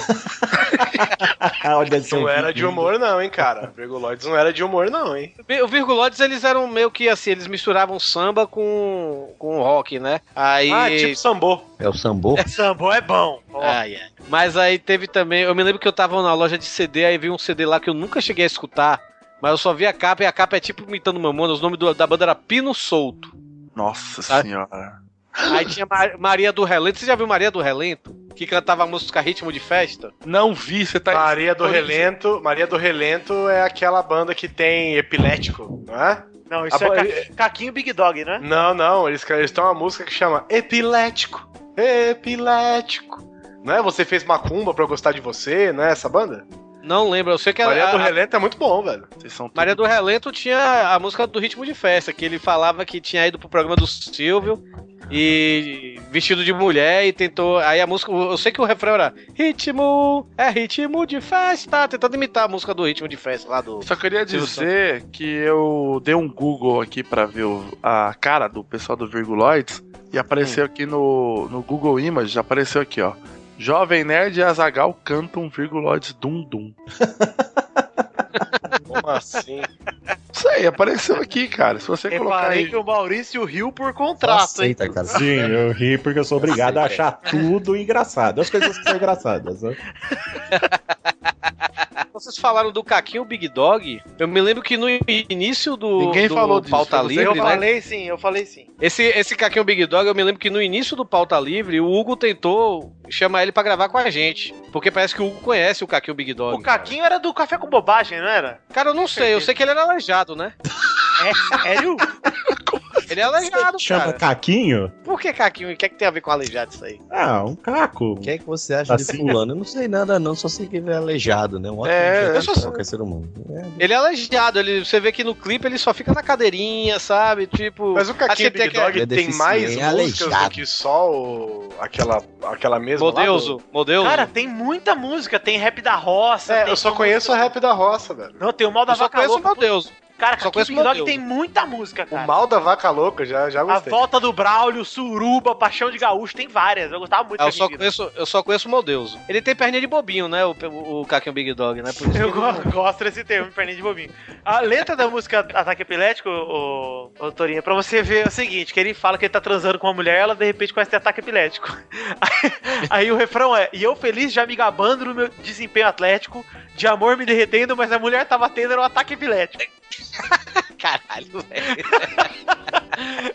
Speaker 5: Olha esse
Speaker 4: Não era
Speaker 5: vídeo.
Speaker 4: de humor, não, hein, cara. Virguloides não era de humor, não, hein.
Speaker 6: O Virguloides, eles eram meio que assim, eles misturavam samba com, com rock, né? Aí.
Speaker 1: Ah, tipo sambô.
Speaker 11: É o Sambô.
Speaker 1: É, sambô é bom. Ó,
Speaker 6: Ai, ai. Ah, Mas aí teve também. Eu me lembro que eu tava na loja de CD, aí vi um CD lá que eu nunca cheguei a escutar. Mas eu só vi a capa e a capa é tipo imitando Mamona. Os nomes do- da banda era Pino Solto.
Speaker 3: Nossa
Speaker 6: Tá.
Speaker 3: senhora.
Speaker 6: Aí tinha Ma- Maria do Relento. Você já viu Maria do Relento? Que cantava a música Ritmo de Festa?
Speaker 3: Não vi, você tá.
Speaker 4: Maria do
Speaker 3: Torinho,
Speaker 4: Relento. Maria do Relento é aquela banda que tem epilético, não é?
Speaker 1: Não,
Speaker 6: Ah,
Speaker 1: isso
Speaker 4: A ba-
Speaker 1: é ca... Caquinho Big Dog, né?
Speaker 4: Não, não. Eles, eles têm uma música que chama Epilético. Epilético. Não é? Você fez macumba pra eu gostar de você, né? Essa banda?
Speaker 6: Não lembro. Eu sei que
Speaker 4: Maria
Speaker 6: a,
Speaker 4: do
Speaker 6: a-
Speaker 4: Relento é muito bom, velho.
Speaker 3: Vocês são tudo-
Speaker 6: Maria do Relento tinha a música do Ritmo de Festa, que ele falava que tinha ido pro programa do Silvio e vestido de mulher e tentou. Aí a música, eu sei que o refrão era Ritmo, é ritmo de festa, tentando imitar a música do Ritmo de Festa lá do.
Speaker 3: Só queria
Speaker 6: Silvio
Speaker 3: dizer que eu dei um Google aqui pra ver o- a cara do pessoal do Virguloids e apareceu aqui no, no Google Images, apareceu aqui, ó. Jovem Nerd e Azagal cantam Virguloides Dum Dum.
Speaker 4: Como assim?
Speaker 3: Isso aí, apareceu aqui, cara. Se você colocar
Speaker 1: Reparei
Speaker 3: aí.
Speaker 1: que o Maurício riu por
Speaker 11: Só
Speaker 1: contrato, hein?
Speaker 11: aceita, cara.
Speaker 5: Sim, eu ri porque eu sou obrigado a achar tudo engraçado. As coisas que são engraçadas. né?
Speaker 6: Vocês falaram do Caquinho Big Dog. Eu me lembro que no início do,
Speaker 3: Ninguém
Speaker 6: do
Speaker 3: falou disso,
Speaker 6: pauta
Speaker 3: foi você
Speaker 1: Eu
Speaker 6: livre, né?
Speaker 1: falei sim, eu falei sim.
Speaker 6: Esse, esse Caquinho Big Dog, eu me lembro que no início do Pauta Livre, o Hugo tentou chamar ele pra gravar com a gente. Porque parece que o Hugo conhece o Caquinho Big Dog.
Speaker 1: O Caquinho era do Café com Bobagem, não era?
Speaker 6: Cara, eu não sei, eu sei que ele era aleijado, né?
Speaker 1: Sério?
Speaker 6: Ele é aleijado,
Speaker 5: Chama
Speaker 6: cara.
Speaker 5: Caquinho?
Speaker 6: Por que Caquinho? O que, é que tem a ver com aleijado isso aí?
Speaker 5: Ah, um caco.
Speaker 11: Quem é que você acha de
Speaker 5: Assim.
Speaker 11: fulano? Eu não sei nada, não. Só sei que ele é aleijado, né? Um ótimo
Speaker 3: É,
Speaker 11: é,
Speaker 3: eu
Speaker 6: só sei.
Speaker 11: qualquer ser humano. É,
Speaker 6: Ele é aleijado, ele, você vê que no clipe ele só fica na cadeirinha, sabe? Tipo.
Speaker 4: Mas o Caquinho
Speaker 6: Achei
Speaker 4: Big
Speaker 6: até
Speaker 4: Dog
Speaker 11: que é
Speaker 4: tem
Speaker 11: deficiente,
Speaker 4: mais
Speaker 11: é
Speaker 4: músicas do
Speaker 11: aleijado.
Speaker 4: que só o- aquela, aquela
Speaker 1: é
Speaker 4: mesma. lá do-
Speaker 6: Modeuso, Modeuso.
Speaker 1: Cara, tem muita música, tem rap da roça.
Speaker 4: É,
Speaker 1: tem
Speaker 4: eu só
Speaker 1: música-
Speaker 4: conheço o rap da roça, velho.
Speaker 1: Não, tem o mal da
Speaker 6: eu só
Speaker 1: vaca
Speaker 6: conheço o
Speaker 1: louca.
Speaker 6: Modeuso.
Speaker 1: Cara,
Speaker 6: só
Speaker 1: Caquinho
Speaker 6: conheço
Speaker 1: Big Dog
Speaker 6: Modelo.
Speaker 1: tem muita música,
Speaker 4: O
Speaker 1: cara.
Speaker 4: mal da vaca louca, já, já
Speaker 1: A
Speaker 4: gostei.
Speaker 1: volta do Braulio, Suruba, Paixão de Gaúcho, tem várias. Eu gostava muito
Speaker 6: Ah, eu,
Speaker 1: do
Speaker 6: só
Speaker 1: Caquinho Big
Speaker 6: conheço, eu só conheço o Modeuso. Ele tem perninha de bobinho, né? O, o, o Caquinho Big Dog, né? Por isso
Speaker 1: Dog.
Speaker 6: que
Speaker 1: Eu go- gosto desse termo, perninha de bobinho. A letra da música Ataque Epilético, ô, ô, Torinha, pra você ver é o seguinte, que ele fala que ele tá transando com uma mulher, ela de repente começa a ter ataque epilético. Aí, aí o refrão é, e eu feliz já me gabando no meu desempenho atlético, de amor me derretendo, mas a mulher tava tendo era um ataque epilético.
Speaker 6: Caralho, velho.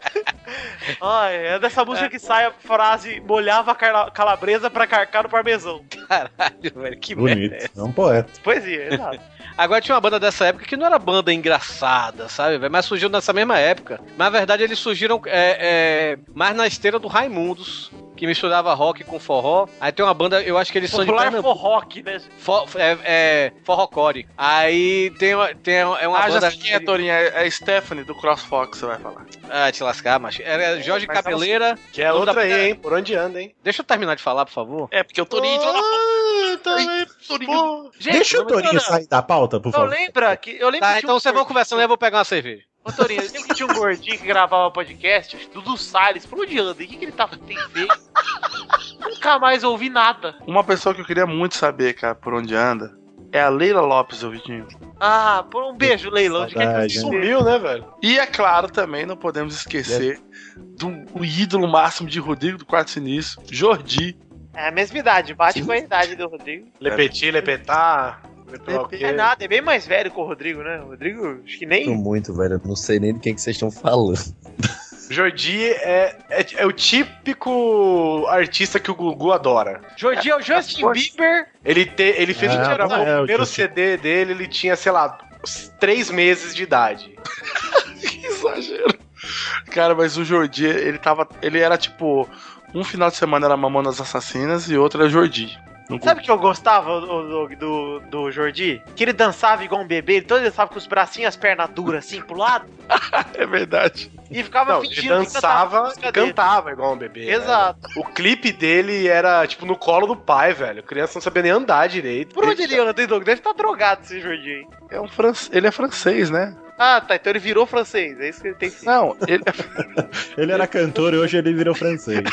Speaker 1: Ah, é dessa música que sai a frase molhava a carla- calabresa pra carcar no parmesão.
Speaker 6: Caralho, velho. Que merda.
Speaker 5: Bonito. É um poeta.
Speaker 1: Poesia, exato.
Speaker 6: Agora tinha uma banda dessa época que não era banda engraçada, sabe? velho? Mas surgiu nessa mesma época. Na verdade, eles surgiram é, é, mais na esteira do Raimundos, que misturava rock com forró. Aí tem uma banda, eu acho que eles são de
Speaker 1: Popular
Speaker 6: Pernambuco.
Speaker 1: forroque, né? gente?
Speaker 6: For, é, é, forrocore. Aí tem uma, tem uma- é uma
Speaker 3: Ah, já
Speaker 6: banda.
Speaker 3: sei quem é, Torinho. É é Stephanie do CrossFox, você vai falar.
Speaker 6: Ah, te lascar, macho. Era Jorge
Speaker 4: mas
Speaker 6: Cabeleira.
Speaker 4: Que é
Speaker 6: O nome
Speaker 4: outra
Speaker 6: da-
Speaker 4: aí, hein? Por onde anda, hein?
Speaker 6: Deixa eu terminar de falar, por favor.
Speaker 3: É, porque o
Speaker 4: Ah,
Speaker 1: tá
Speaker 4: também, pô.
Speaker 1: Gente,
Speaker 5: Deixa o
Speaker 1: não me
Speaker 5: Torinho
Speaker 1: engana.
Speaker 5: sair da pauta, por
Speaker 1: Não
Speaker 5: favor.
Speaker 1: lembra que. Eu lembro
Speaker 6: Tá,
Speaker 1: que tinha
Speaker 6: então
Speaker 1: um
Speaker 6: vocês vão
Speaker 1: gordinho-
Speaker 6: conversando e eu vou pegar uma cerveja.
Speaker 1: Ô, Torinho, eu lembro que tinha um gordinho que gravava podcast, Dudu Salles. Por onde anda? E O que, que ele tá tem feito? Nunca mais ouvi nada.
Speaker 3: Uma pessoa que eu queria muito saber, cara, por onde anda, é a Leila Lopes, o Vidinho.
Speaker 1: Ah, por um beijo, leilão. De quem é que
Speaker 5: Saudade,
Speaker 1: eu
Speaker 5: hein?
Speaker 1: sumiu?
Speaker 4: Sumiu, né, velho?
Speaker 3: E é claro também, não podemos esquecer do o ídolo máximo de Rodrigo do Quarto Sinistro, Jordi.
Speaker 1: É a mesma idade, bate com a idade do Rodrigo.
Speaker 4: Lepeti, lepetá.
Speaker 1: Não é nada, é bem mais velho que o Rodrigo, né? O Rodrigo, acho que
Speaker 11: tô
Speaker 1: nem.
Speaker 11: é muito, velho. Eu não sei nem de quem que vocês estão falando.
Speaker 4: Jordi é, é, é o típico artista que o Gugu adora.
Speaker 1: Jordi é o Justin Bieber.
Speaker 4: Ele, te, ele fez
Speaker 5: É,
Speaker 4: o,
Speaker 5: não é,
Speaker 4: o
Speaker 5: o
Speaker 4: primeiro
Speaker 5: Justin-
Speaker 4: CD dele, ele tinha, sei lá, uns três meses de idade.
Speaker 3: Que exagero. Cara, mas o Jordi, ele tava. Ele era tipo. Um final de semana era Mamonas Assassinas e outro era Jordi. No
Speaker 1: Sabe o que eu gostava, ô, Doug, do, do Jordi? Que ele dançava igual um bebê, ele todo dançava com os bracinhos e as pernas duras, assim, pro lado,
Speaker 3: É verdade.
Speaker 1: e ficava
Speaker 4: Não,
Speaker 1: fingindo
Speaker 4: ele
Speaker 1: que cantava a
Speaker 4: dançava
Speaker 1: música
Speaker 4: e
Speaker 1: dele.
Speaker 4: cantava igual um bebê. né?
Speaker 1: Exato.
Speaker 4: O clipe dele era, tipo, no colo do pai, velho. A criança não sabia nem andar direito.
Speaker 1: Por onde ele anda, hein, Doug? Deve estar drogado esse Jordi, hein?
Speaker 3: É um fran... Ele é francês, né?
Speaker 1: Ah, tá, então ele virou francês, é isso que ele tem que ser.
Speaker 3: Não, ele é
Speaker 5: Ele era cantor e hoje ele virou francês.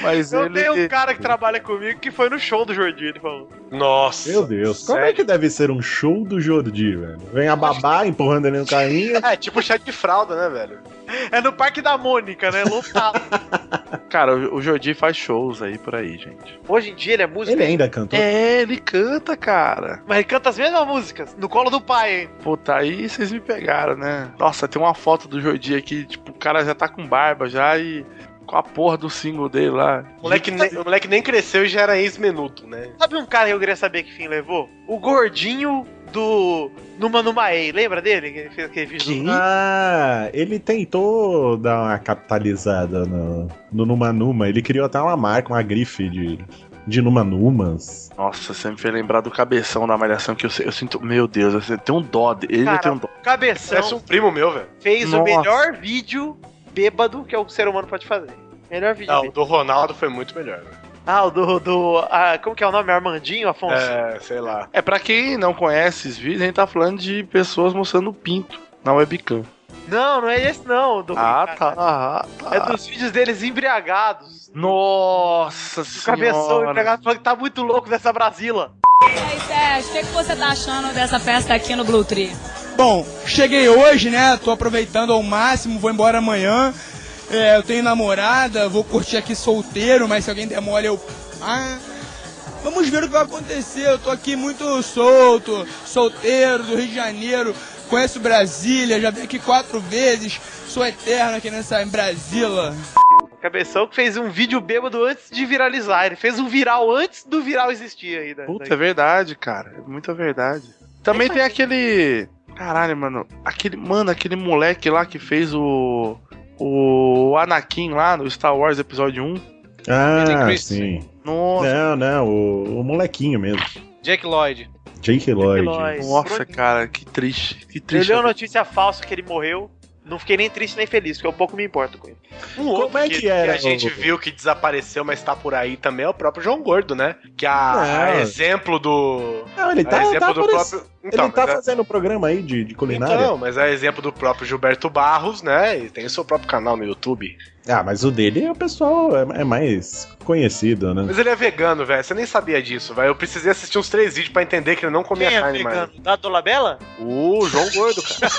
Speaker 3: Mas
Speaker 1: Eu
Speaker 3: ele.
Speaker 1: tenho um cara que trabalha comigo que foi no show do Jordi, ele falou.
Speaker 4: Nossa.
Speaker 5: Meu Deus, como é que deve ser um show do Jordi, velho? Vem a babá empurrando ele no carrinho.
Speaker 4: É, tipo chá de fralda, né, velho?
Speaker 1: É no Parque da Mônica, né? Lotado.
Speaker 3: Cara, o o Jordi faz shows aí por aí, gente.
Speaker 1: Hoje em dia ele é músico,
Speaker 5: Ele ainda é cantor.
Speaker 3: É, ele canta, cara.
Speaker 1: mas ele canta as mesmas músicas, no colo do pai, hein?
Speaker 3: Puta, aí vocês me pegaram, né? Nossa, tem uma foto do Jordi aqui, tipo, o cara já tá com barba já e com a porra do single dele lá.
Speaker 4: O moleque, nem, o moleque nem cresceu e já era ex-menudo, né?
Speaker 1: Sabe um cara que eu queria saber que fim levou? O gordinho do Numa Numaei, lembra dele? Que ele fez aquele vídeo do-
Speaker 5: Ah, ele tentou dar uma capitalizada no, no Numa Numa. Ele criou até uma marca, uma grife de, de Numa Numas.
Speaker 3: Nossa, você me fez lembrar do cabeção da malhação que eu, se- eu sinto. Meu Deus, eu tenho um dó. dele. Ele
Speaker 1: Cara,
Speaker 3: tem um dó.
Speaker 1: Cabeção
Speaker 4: Parece um primo meu, velho.
Speaker 1: fez o
Speaker 3: Nossa.
Speaker 1: melhor vídeo bêbado que o ser humano pode fazer. Melhor vídeo.
Speaker 4: Não, o
Speaker 1: dele.
Speaker 4: do Ronaldo foi muito melhor. velho.
Speaker 1: Ah, o do. do ah, como que é o nome? Armandinho, Afonso?
Speaker 4: É, sei lá.
Speaker 3: É, pra quem não conhece esses vídeos, a gente tá falando de pessoas mostrando o pinto na webcam.
Speaker 1: Não, não é esse não. do-
Speaker 3: Ah,
Speaker 1: cara.
Speaker 3: tá. Ah,
Speaker 1: É
Speaker 3: tá.
Speaker 1: dos vídeos deles embriagados.
Speaker 3: Nossa
Speaker 1: O
Speaker 3: senhora.
Speaker 1: cabeção embriagado falando que tá muito louco dessa Brasila.
Speaker 12: Aí, Sérgio, o que, que você tá achando dessa festa aqui no Blue Tree?
Speaker 9: Bom, cheguei hoje, né? Tô aproveitando ao máximo, vou embora amanhã. É, eu tenho namorada, vou curtir aqui solteiro, mas se alguém der mole eu. Ah, vamos ver o que vai acontecer. Eu tô aqui muito solto, solteiro do Rio de Janeiro, conheço Brasília, já vim aqui quatro vezes, sou eterno aqui nessa em Brasília.
Speaker 1: Cabeção que fez um vídeo bêbado antes de viralizar. Ele fez um viral antes do viral existir ainda.
Speaker 3: Puta, é verdade, cara. É muita verdade. Também tem aquele. Caralho, mano. Aquele. Mano, aquele moleque lá que fez o. O Anakin lá no Star Wars Episódio 1.
Speaker 5: Ah,
Speaker 6: Chris.
Speaker 5: sim. Não,
Speaker 3: Nossa,
Speaker 5: não, o, o molequinho mesmo.
Speaker 6: Jake Lloyd.
Speaker 5: Jake Lloyd.
Speaker 1: Lloyd.
Speaker 3: nossa, cara, que triste. Que
Speaker 1: Eu
Speaker 3: triste.
Speaker 1: li uma notícia falsa que ele morreu. Não fiquei nem triste nem feliz, porque eu pouco me importo com ele.
Speaker 4: Um outro
Speaker 5: Como é que era
Speaker 4: a gente
Speaker 5: o-
Speaker 4: viu que desapareceu, mas tá por aí também, é o próprio João Gordo, né? Que a, a
Speaker 5: Não.
Speaker 4: exemplo do.
Speaker 5: Não, ele
Speaker 4: a
Speaker 5: tá,
Speaker 4: É exemplo
Speaker 5: tá
Speaker 4: do
Speaker 5: aparec-
Speaker 4: próprio.
Speaker 5: Ele tá
Speaker 4: mas é-
Speaker 5: fazendo um programa aí de, de culinária.
Speaker 4: Então, mas é exemplo do próprio Gilberto Barros, né? E tem o seu próprio canal no YouTube.
Speaker 5: Ah, mas o dele é o pessoal é, é mais conhecido, né?
Speaker 4: Mas ele é vegano, velho. Você nem sabia disso, velho. Eu precisei assistir uns três vídeos pra entender que ele não comia
Speaker 1: Quem é
Speaker 4: carne mais.
Speaker 1: vegano? Dado Dolabella?
Speaker 4: O João Gordo, cara.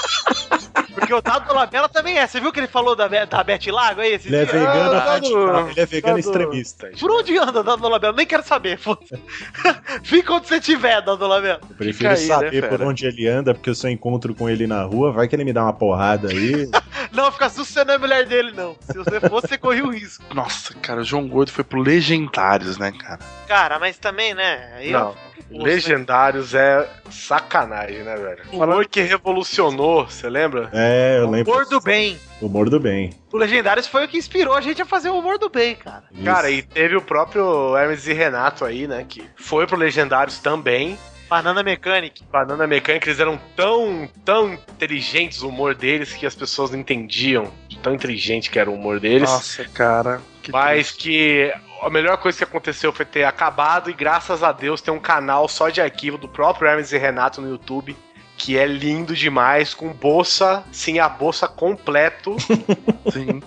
Speaker 1: Porque o Dado Dolabella também é. Você viu que ele falou da, Be- da Beth Lago aí? Esses
Speaker 5: Ele é
Speaker 1: dias?
Speaker 5: vegano,
Speaker 4: Ah,
Speaker 5: radical, ele é vegano
Speaker 4: tá do-
Speaker 5: extremista.
Speaker 1: Ah, Por onde anda o Dado Dolabella? Nem quero saber. foda-se. Fica onde você tiver, Dado Dolabella.
Speaker 5: Eu prefiro
Speaker 3: aí, né,
Speaker 5: saber
Speaker 3: fera?
Speaker 5: por onde ele anda, porque se eu encontro com ele na rua, vai que ele me dá uma porrada aí.
Speaker 1: Não, fica assim, você não é mulher dele, não. Se você fosse, você corria o risco.
Speaker 3: Nossa, cara, o João Gordo foi pro Legendários, né, cara?
Speaker 1: Cara, mas também, né? aí
Speaker 4: Não.
Speaker 1: eu-
Speaker 4: Legendários é sacanagem, né, velho? O humor que revolucionou, você lembra?
Speaker 5: É, eu
Speaker 1: O
Speaker 5: lembro.
Speaker 1: humor do bem.
Speaker 5: O humor do bem.
Speaker 1: O Legendários foi o que inspirou a gente a fazer o humor do bem, cara.
Speaker 5: Isso.
Speaker 4: Cara, e teve o próprio Hermes e Renato aí, né? Que foi pro Legendários também.
Speaker 1: Banana Mechanic.
Speaker 4: Banana Mecânica, eles eram tão, tão inteligentes o humor deles que as pessoas não entendiam de tão inteligente que era o humor deles.
Speaker 3: Nossa, cara. Que
Speaker 4: mas que a melhor coisa que aconteceu foi ter acabado e graças a Deus tem um canal só de arquivo do próprio Hermes e Renato no YouTube. Que é lindo demais, com bolsa, sim, a bolsa completo.
Speaker 3: triste, hein?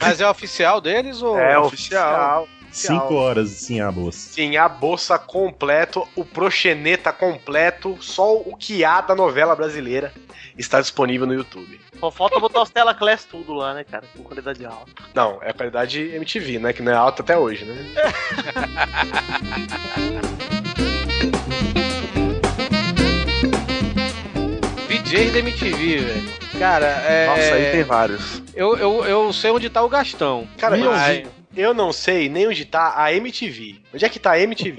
Speaker 6: Mas é oficial deles ou.
Speaker 4: é
Speaker 3: oficial.
Speaker 4: oficial.
Speaker 5: Cinco horas, sim, a moça.
Speaker 4: Sim, a bolsa completo, o proxeneta completo, só o que há da novela brasileira está disponível no YouTube.
Speaker 1: Só falta botar os tela class tudo lá, né, cara? Com qualidade alta.
Speaker 4: Não, é a qualidade MTV, né? Que não é alta até hoje, né?
Speaker 6: VJ da MTV, velho. Cara, é.
Speaker 4: Nossa, aí tem vários.
Speaker 6: Eu, eu, eu sei onde tá o Gastão.
Speaker 4: Cara, eu,
Speaker 6: mas...
Speaker 4: eu não sei nem onde tá a MTV. Onde é que tá a MTV?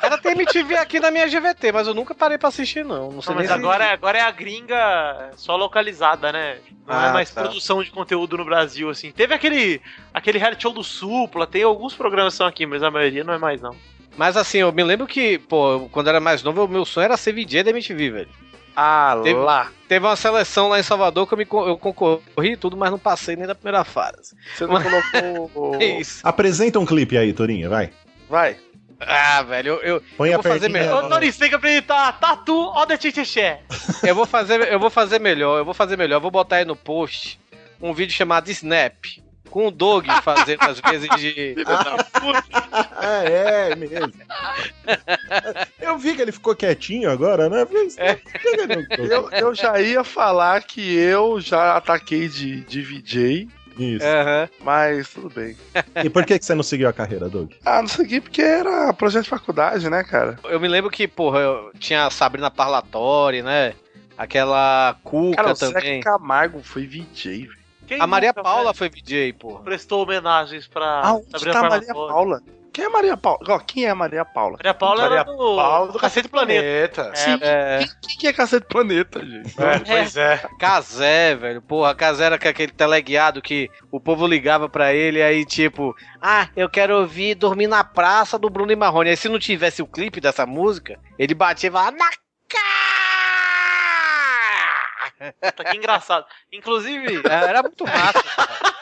Speaker 6: Cara, tem MTV aqui na minha GVT, mas eu nunca parei pra assistir, não. Não sei
Speaker 1: Não, mas
Speaker 6: nem
Speaker 1: agora, agora é a gringa só localizada, né? Não
Speaker 6: Ah,
Speaker 1: é mais
Speaker 6: tá.
Speaker 1: produção de conteúdo no Brasil, assim. Teve aquele, aquele reality show do Supla, tem alguns programas que são aqui, mas a maioria não é mais, não.
Speaker 6: Mas assim, eu me lembro que, pô, eu- quando era mais novo, o meu sonho era ser VJ da MTV, velho.
Speaker 4: Ah,
Speaker 6: teve,
Speaker 4: lá.
Speaker 6: Teve uma seleção lá em Salvador que eu, me, co- eu concorri e tudo, mas não passei nem da primeira fase.
Speaker 4: Você
Speaker 6: não
Speaker 4: colocou.
Speaker 6: é isso.
Speaker 5: Apresenta um clipe aí, Torinha, vai.
Speaker 4: Vai.
Speaker 6: Ah, velho, eu, eu,
Speaker 5: Põe
Speaker 6: eu
Speaker 5: a
Speaker 6: vou fazer
Speaker 5: perninha
Speaker 6: melhor.
Speaker 5: lá. Ô, Tori,
Speaker 1: tem que apresentar Tatu ou The Chichexé.
Speaker 6: Eu vou fazer, eu vou fazer melhor, eu vou fazer melhor. Eu vou botar aí no post um vídeo chamado Snap. Com o Doug fazendo as vezes de.
Speaker 5: Ah, é mesmo. Eu vi que ele ficou quietinho agora, né?
Speaker 3: Eu, eu já ia falar que eu já ataquei de, de VJ.
Speaker 5: Isso.
Speaker 3: Mas tudo bem.
Speaker 5: E por que, que você não seguiu a carreira, Doug?
Speaker 3: Ah, não segui porque era projeto de faculdade, né, cara?
Speaker 6: Eu me lembro que, porra, eu tinha a Sabrina Parlatori, né? Aquela Cuca
Speaker 3: Cara, o
Speaker 6: também.
Speaker 3: Zeca é Camargo foi VJ, velho.
Speaker 1: Quem
Speaker 6: A Maria
Speaker 1: nunca,
Speaker 6: Paula
Speaker 1: velho,
Speaker 6: foi VJ, porra.
Speaker 1: prestou homenagens
Speaker 4: Ah,
Speaker 1: pra
Speaker 3: Aonde
Speaker 1: Sabrina
Speaker 3: tá a
Speaker 1: Parmatori?
Speaker 3: Maria Paula? Quem é Maria Paula? Ó, quem é Maria Paula?
Speaker 1: Maria Paula
Speaker 4: Maria
Speaker 1: era do,
Speaker 4: Paula
Speaker 1: do Cacete do Planeta.
Speaker 6: Sim. É.
Speaker 3: Quem que é Cacete Planeta, gente?
Speaker 4: É, pois é.
Speaker 6: Casé, velho. Porra, Casé era aquele teleguiado que o povo ligava pra ele aí, tipo, ah, eu quero ouvir Dormir na Praça do Bruno e Marrone. Aí se não tivesse o clipe dessa música, ele batia e falava, na
Speaker 1: Puta, que engraçado. Inclusive,
Speaker 6: cara, É, era muito massa. cara.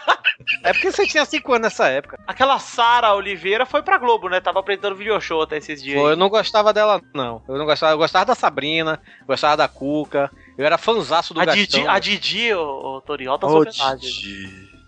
Speaker 6: é porque você tinha 5 anos nessa época.
Speaker 1: aquela Sara Oliveira foi pra Globo, né? Tava apresentando video show até esses dias.
Speaker 6: Pô, eu não gostava dela, não. Eu não gostava, eu gostava da Sabrina, gostava da Cuca. Eu era fanzaço do
Speaker 1: a,
Speaker 6: Gastão. né?
Speaker 1: Didi, a Didi, ô, ô Tori, tá altas
Speaker 6: Ô,
Speaker 1: homenagens.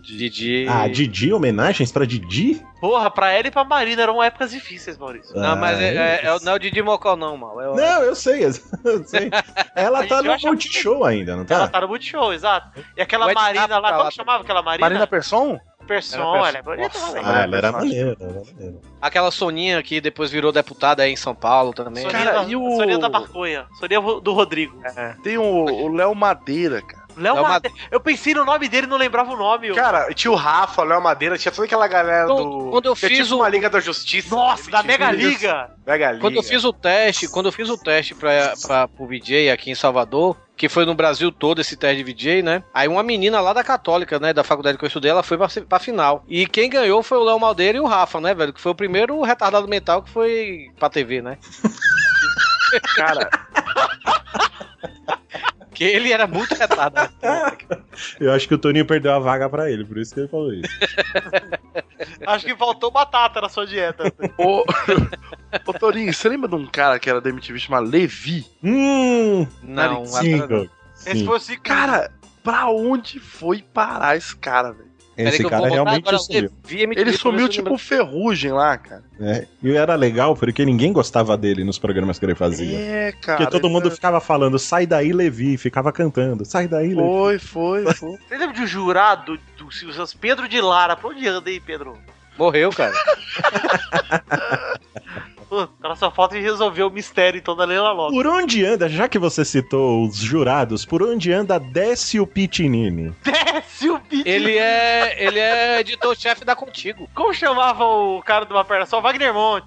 Speaker 6: Didi.
Speaker 5: Ah, Didi, homenagens pra Didi?
Speaker 1: Porra, pra ela e pra Marina eram épocas difíceis, Maurício.
Speaker 6: Não, mas é, é- é o-
Speaker 5: Ah, isso.
Speaker 6: não é o Didi Mocó, não, mal. É o-
Speaker 5: Não, eu sei, eu sei. Ela
Speaker 1: A
Speaker 5: tá
Speaker 1: gente
Speaker 5: no
Speaker 1: acha-
Speaker 5: Multishow ainda, não tá?
Speaker 1: Ela tá no Multishow, exato. E aquela
Speaker 6: Wet
Speaker 1: Marina
Speaker 6: Nap
Speaker 1: lá,
Speaker 6: tá
Speaker 1: como
Speaker 6: lá
Speaker 1: que chamava aquela Marina?
Speaker 3: Marina Persson?
Speaker 1: Person, ela é bonita
Speaker 3: Nossa,
Speaker 1: também.
Speaker 5: Ah, ela era
Speaker 3: personagem.
Speaker 5: maneira, ela era maneira.
Speaker 6: Aquela Soninha que depois virou deputada aí em São Paulo também.
Speaker 1: Sonia,
Speaker 3: Cara,
Speaker 1: da,
Speaker 3: e o-
Speaker 1: Sonia da Barconha. Sonia ro- do Rodrigo.
Speaker 3: Tem o o Léo Madeira, cara.
Speaker 1: Léo
Speaker 6: Léo
Speaker 1: Mate- Eu pensei no nome dele e não lembrava o nome. eu-
Speaker 4: Cara, tinha o Rafa, o Léo Madeira, tinha toda aquela galera do.
Speaker 6: Quando- quando eu
Speaker 4: tinha
Speaker 6: fiz
Speaker 4: tipo
Speaker 6: o-
Speaker 4: uma Liga da Justiça.
Speaker 1: Nossa, da Mega
Speaker 4: Isso.
Speaker 1: Liga.
Speaker 4: Mega Liga.
Speaker 6: Quando eu fiz o teste, quando eu fiz o teste pra, pra, pro VJ aqui em Salvador, que foi no Brasil todo esse teste de VJ, né? Aí uma menina lá da Católica, né, da faculdade que eu estudei, ela foi pra, pra final. E quem ganhou foi o Léo Maldeira e o Rafa, né, velho? Que foi o primeiro retardado mental que foi pra TV, né?
Speaker 4: Cara,
Speaker 6: Que ele era muito retardado.
Speaker 5: Eu acho que o Toninho perdeu a vaga pra ele, por isso que ele falou isso.
Speaker 1: Acho que faltou batata na sua dieta.
Speaker 3: Ô, Ô Torinho, você lembra de um cara que era da MTV chamado Levi?
Speaker 5: Hum,
Speaker 6: Não,
Speaker 5: sim,
Speaker 6: agora não.
Speaker 5: Doug.
Speaker 1: Esse
Speaker 5: Sim.
Speaker 1: foi o segundo.
Speaker 3: Cara, pra onde foi parar esse cara, velho?
Speaker 6: Peraí
Speaker 5: Esse
Speaker 6: que eu
Speaker 5: cara
Speaker 6: vou botar
Speaker 5: realmente
Speaker 6: agora
Speaker 5: sumiu.
Speaker 6: Levi MTV,
Speaker 3: Ele
Speaker 6: pra
Speaker 3: sumiu
Speaker 6: ver se eu
Speaker 3: tipo
Speaker 6: lembro.
Speaker 3: ferrugem lá, cara.
Speaker 5: É, E era legal porque ninguém gostava dele nos programas que ele fazia.
Speaker 3: É, cara.
Speaker 5: Porque todo
Speaker 3: ele-
Speaker 5: mundo ficava falando, sai daí, Levi, ficava cantando, sai daí, Levi.
Speaker 3: Foi, foi, foi.
Speaker 1: Você lembra de um jurado do Silvio Santos? Pedro de Lara. Pra onde anda, hein, Pedro?
Speaker 6: Morreu, cara.
Speaker 1: Pô, cara, só falta de resolver o mistério, então, da Leila Lopes.
Speaker 5: Por onde anda, já que você citou os jurados, por onde anda Décio Pitinini?
Speaker 1: Desce o bicho.
Speaker 6: Ele é, ele é editor-chefe da Contigo,
Speaker 1: Como chamava o cara de uma perna só? Wagner Monte.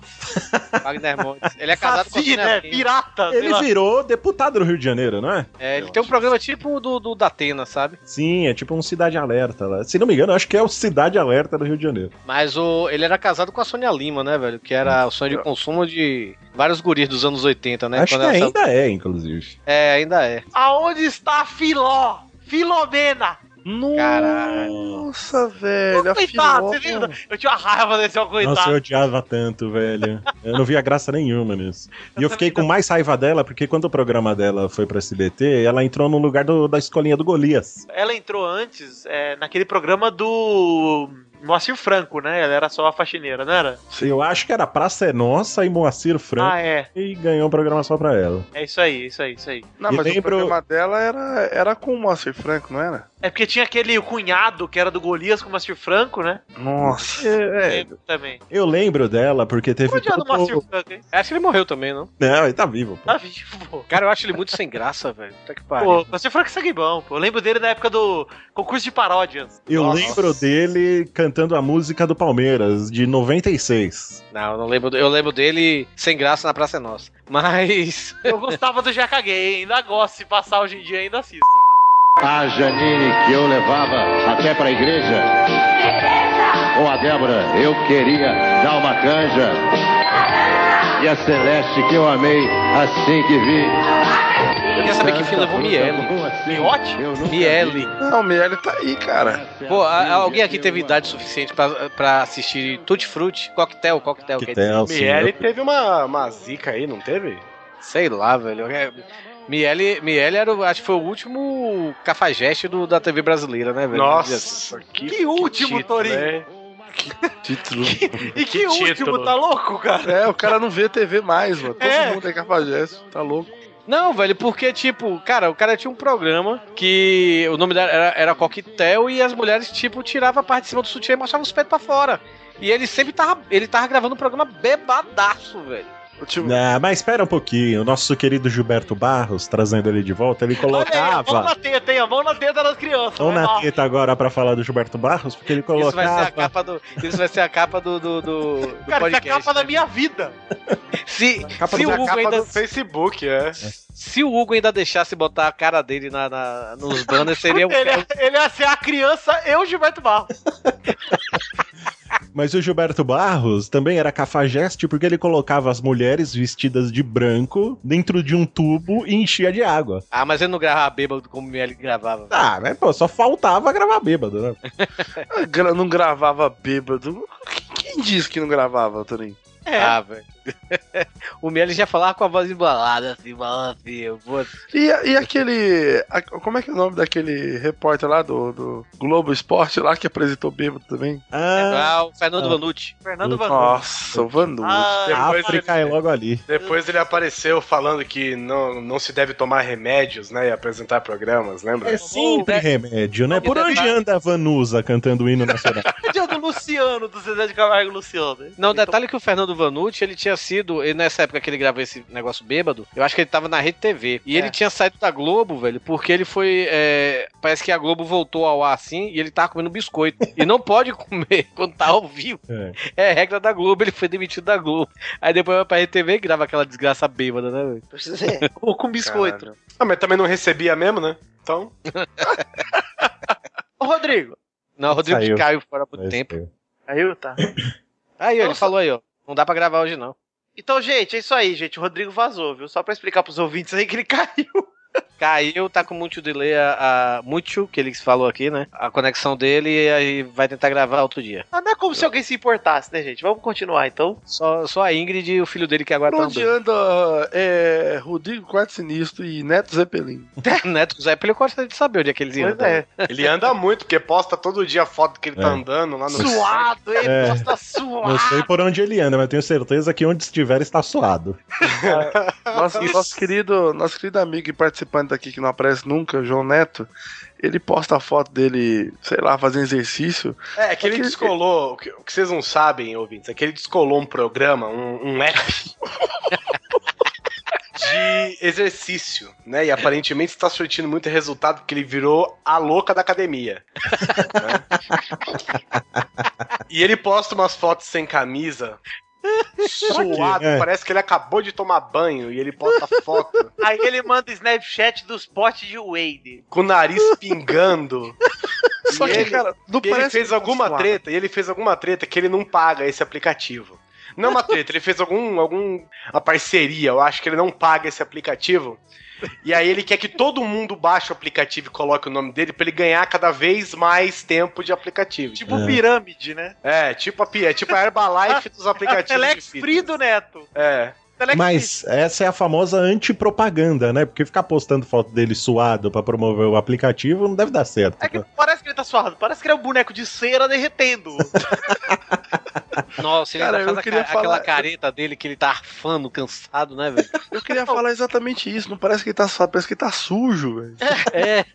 Speaker 6: Wagner Montes. Ele é casado com a
Speaker 1: Saci, né?
Speaker 6: Sônia Abrão.
Speaker 1: Pirata. sei
Speaker 5: Ele
Speaker 1: lá.
Speaker 5: virou deputado do Rio de Janeiro, não é?
Speaker 6: É, ele tem um programa tipo o do, do Datena, sabe?
Speaker 5: Sim, é tipo um Cidade Alerta lá. Se não me engano, eu acho que é o Cidade Alerta do Rio de Janeiro.
Speaker 6: Mas o, ele era casado com a Sônia Lima, né, velho? Que era o sonho de consumo de vários guris dos anos 80, né?
Speaker 5: acho que
Speaker 6: Quando ela-
Speaker 5: ainda é, inclusive.
Speaker 6: É, ainda é.
Speaker 1: Aonde está Filó? Filomena!
Speaker 3: Nossa, velho. a
Speaker 1: Coitado, você
Speaker 3: Filó-
Speaker 1: viu? Eu tinha uma raiva desse ó, coitado.
Speaker 5: Nossa, eu odiava tanto, velho. Eu não via graça nenhuma nisso. E eu fiquei com mais raiva dela, porque quando o programa dela foi pra SBT, ela entrou no lugar do- da escolinha do Golias.
Speaker 1: Ela entrou antes é, naquele programa do Moacir Franco, né? Ela era só a faxineira, não era?
Speaker 5: Eu acho que era Praça é Nossa e Moacir Franco.
Speaker 1: Ah, é.
Speaker 5: E ganhou um programa só pra ela.
Speaker 1: É isso aí, isso aí, isso aí.
Speaker 3: Não,
Speaker 5: E
Speaker 3: mas
Speaker 5: lembro-
Speaker 3: o programa dela era, era com o Moacir Franco, não era?
Speaker 1: É porque tinha aquele cunhado que era do Golias com o Master Franco, né?
Speaker 5: Nossa.
Speaker 3: É,
Speaker 1: Lembro também.
Speaker 5: Eu lembro dela porque É. teve.
Speaker 1: Onde era o Master Franco, hein?
Speaker 6: Acho que ele morreu também, não?
Speaker 5: Não, ele tá vivo.
Speaker 1: Tá vivo.
Speaker 6: Cara, eu acho ele muito sem graça, velho. Puta que pariu.
Speaker 1: Pô, Master Franco é sangue bom, pô. Eu lembro dele na época do concurso de paródias.
Speaker 5: Eu lembro dele cantando a música do Palmeiras, de 96.
Speaker 6: Não, eu não lembro. Eu lembro dele sem graça na Praça é Nossa. Mas.
Speaker 1: Eu gostava do Já Caguei, ainda gosto. Se passar hoje em dia, ainda assisto.
Speaker 13: A Janine que eu levava até para a igreja. Com a Débora, eu queria dar uma canja. E a Celeste que eu amei assim que vi.
Speaker 6: Quer saber que fim levou Miele?
Speaker 13: assim,
Speaker 1: Miote?
Speaker 6: Miele.
Speaker 3: Não, o Miele tá aí, cara.
Speaker 6: Pô, a- alguém aqui teve idade suficiente pra, pra assistir Tutti Frutti, Coquetel, Coquetel, quer dizer.
Speaker 5: Coquetel,
Speaker 4: Miele teve uma, uma zica aí, não teve?
Speaker 6: Sei lá, velho. É, Miele, Miele era, o- acho que foi o último cafajeste do- da TV brasileira, né, velho?
Speaker 4: Nossa,
Speaker 1: Que, último,
Speaker 6: título,
Speaker 1: Torinho.
Speaker 4: né?
Speaker 3: Título.
Speaker 1: E que,
Speaker 4: Que
Speaker 1: último,
Speaker 4: título.
Speaker 1: tá louco, cara?
Speaker 3: É, o cara não vê TV mais, mano. Todo
Speaker 1: É.
Speaker 3: mundo é cafajeste, tá louco.
Speaker 6: Não, velho, porque, tipo, cara, o cara tinha um programa que o nome dela era, era Coquetel e as mulheres, tipo, tiravam a parte de cima do sutiã e mostravam os pés pra fora. E ele sempre tava, ele tava gravando um programa bebadaço, velho.
Speaker 3: Tipo,
Speaker 5: Ah, mas espera um pouquinho. O nosso querido Gilberto Barros, trazendo ele de volta, ele
Speaker 1: a mão na
Speaker 5: colocava.
Speaker 1: teta, hein? A mão na teta das crianças.
Speaker 5: Vamos
Speaker 1: né?
Speaker 5: na
Speaker 1: Ó,
Speaker 5: teta agora pra falar do Gilberto Barros, porque ele
Speaker 6: Isso vai ser a
Speaker 5: colocava.
Speaker 6: capa do, isso vai ser a capa do, do, do- do
Speaker 1: Cara, isso é a
Speaker 6: podcast.
Speaker 1: capa da
Speaker 6: né?
Speaker 1: minha vida.
Speaker 6: Se,
Speaker 5: capa
Speaker 6: se
Speaker 5: do-
Speaker 6: o
Speaker 5: a
Speaker 6: Hugo
Speaker 4: Capa
Speaker 6: ainda
Speaker 4: do Facebook, é.
Speaker 6: Se o Hugo ainda deixasse botar a cara dele na, na- nos banners, seria um.
Speaker 1: Ele, é, ele ia ser a criança e o Gilberto Barros.
Speaker 5: Mas o Gilberto Barros também era cafajeste porque ele colocava as mulheres vestidas de branco dentro de um tubo e enchia de água.
Speaker 6: Ah, mas ele não gravava bêbado como o Miele gravava.
Speaker 5: Ah, mas pô, só faltava gravar bêbado, né?
Speaker 3: Ah, gra- não gravava bêbado. Quem disse que não gravava, Toninho?
Speaker 1: É.
Speaker 6: Ah, velho. o Miele já falava com a voz embalada, assim, mano, filho. pô.
Speaker 3: E, e aquele. a- como é que é o nome daquele repórter lá do, do Globo Esporte lá que apresentou bêbado também?
Speaker 5: Ah,
Speaker 6: Ah, o Fernando
Speaker 5: Ah.
Speaker 6: Vanucci.
Speaker 1: Fernando Van
Speaker 3: Nossa, o Vanu.
Speaker 1: Ah,
Speaker 5: a
Speaker 4: Depois
Speaker 5: África é logo ali.
Speaker 4: Depois ele apareceu falando que não, não se deve tomar remédios, né? E apresentar programas, lembra?
Speaker 5: É sempre remédio, né? Por onde anda a Vanusa cantando o hino nacional?
Speaker 1: dia do Luciano, do Zezé de Camargo e Luciano. Então,
Speaker 6: Não, o detalhe é que o Fernando Vanucci, ele tinha sido, ele, nessa época que ele gravou esse negócio bêbado, eu acho que ele tava na Rede TV. E
Speaker 1: É.
Speaker 6: ele tinha saído da Globo, velho, porque ele foi. é, parece que a Globo voltou ao ar assim e ele tava comendo biscoito. e não pode comer quando tá ao vivo.
Speaker 5: É.
Speaker 6: É regra da Globo, ele foi demitido da Globo. Aí depois vai pra RTV e grava aquela desgraça bêbada, né, velho?
Speaker 1: Ou com biscoito.
Speaker 4: Ah, mas também não recebia mesmo, né? Então,
Speaker 1: Ô, Rodrigo.
Speaker 6: Não, o Rodrigo
Speaker 5: Saiu.
Speaker 6: caiu fora por
Speaker 5: Mas,
Speaker 6: tempo.
Speaker 1: Aí, tá.
Speaker 6: Aí, ó, ele
Speaker 1: Nossa.
Speaker 6: falou aí, ó. Não dá pra gravar hoje, não.
Speaker 1: Então, gente, é isso aí, gente. O Rodrigo vazou, viu? Só pra explicar pros ouvintes aí que ele caiu.
Speaker 6: Caiu, tá com muito delay, a, a muito que ele falou aqui, né? A conexão dele e aí vai tentar gravar outro dia.
Speaker 1: Ah, não é como se alguém se importasse, né, gente? Vamos continuar, então.
Speaker 6: Só, só a Ingrid e o filho dele que agora
Speaker 3: Por
Speaker 6: tá
Speaker 3: onde
Speaker 6: andando.
Speaker 3: anda é, Rodrigo Quarto Sinistro e Neto Zeppelin?
Speaker 6: Neto Zé Pelo gosta de saber onde é que eles iam.
Speaker 1: Pois é.
Speaker 4: ele anda muito, porque posta todo dia foto que ele
Speaker 5: É.
Speaker 4: tá andando lá no.
Speaker 1: Suado, hein?
Speaker 5: É.
Speaker 1: Nossa,
Speaker 5: Não
Speaker 1: suado.
Speaker 5: sei por onde ele anda, mas tenho certeza que onde estiver está suado.
Speaker 3: Nosso, nosso querido, nosso querido amigo e participante daqui que não aparece nunca, João Neto, ele posta a foto dele, sei lá, fazendo exercício.
Speaker 4: É, que ele
Speaker 3: Aquele-
Speaker 4: descolou. O que, o que vocês não sabem, ouvintes, é que ele descolou um programa, um, um app. De exercício, né? E aparentemente está surtindo muito resultado porque ele virou a louca da academia. né? E ele posta umas fotos sem camisa, suado,
Speaker 5: É.
Speaker 4: parece que ele acabou de tomar banho. E ele posta foto
Speaker 1: Aí ele manda Snapchat dos potes de Wade.
Speaker 4: com o nariz pingando.
Speaker 3: Só
Speaker 4: E
Speaker 3: que,
Speaker 4: ele-
Speaker 3: cara, não
Speaker 4: E ele
Speaker 3: parece.
Speaker 4: fez
Speaker 3: que tá
Speaker 4: alguma
Speaker 3: suado.
Speaker 4: treta, e ele fez alguma treta que ele não paga esse aplicativo. Não é uma treta, ele fez algum, algum uma parceria, eu acho que ele não paga esse aplicativo. E aí ele quer que todo mundo baixe o aplicativo e coloque o nome dele pra ele ganhar cada vez mais tempo de aplicativo. Tipo,
Speaker 1: Tipo pirâmide, né?
Speaker 4: é, tipo a, pi- é tipo a Herbalife dos aplicativos. de
Speaker 1: Telex
Speaker 4: fitness.
Speaker 1: Free do Neto.
Speaker 4: É.
Speaker 1: Telex Free.
Speaker 5: Mas essa é a famosa antipropaganda, né? Porque ficar postando foto dele suado pra promover o aplicativo não deve dar certo.
Speaker 1: É que parece que ele tá suado, parece que ele é um boneco de cera derretendo.
Speaker 6: Nossa, ele
Speaker 3: Cara,
Speaker 6: ainda
Speaker 3: eu
Speaker 6: faz a
Speaker 3: queria
Speaker 6: ca- aquela
Speaker 3: falar-
Speaker 6: careta dele que ele tá arfando, cansado, né, velho?
Speaker 3: Eu queria falar exatamente isso. Não parece que ele tá suado, parece que ele tá sujo, velho.
Speaker 6: É,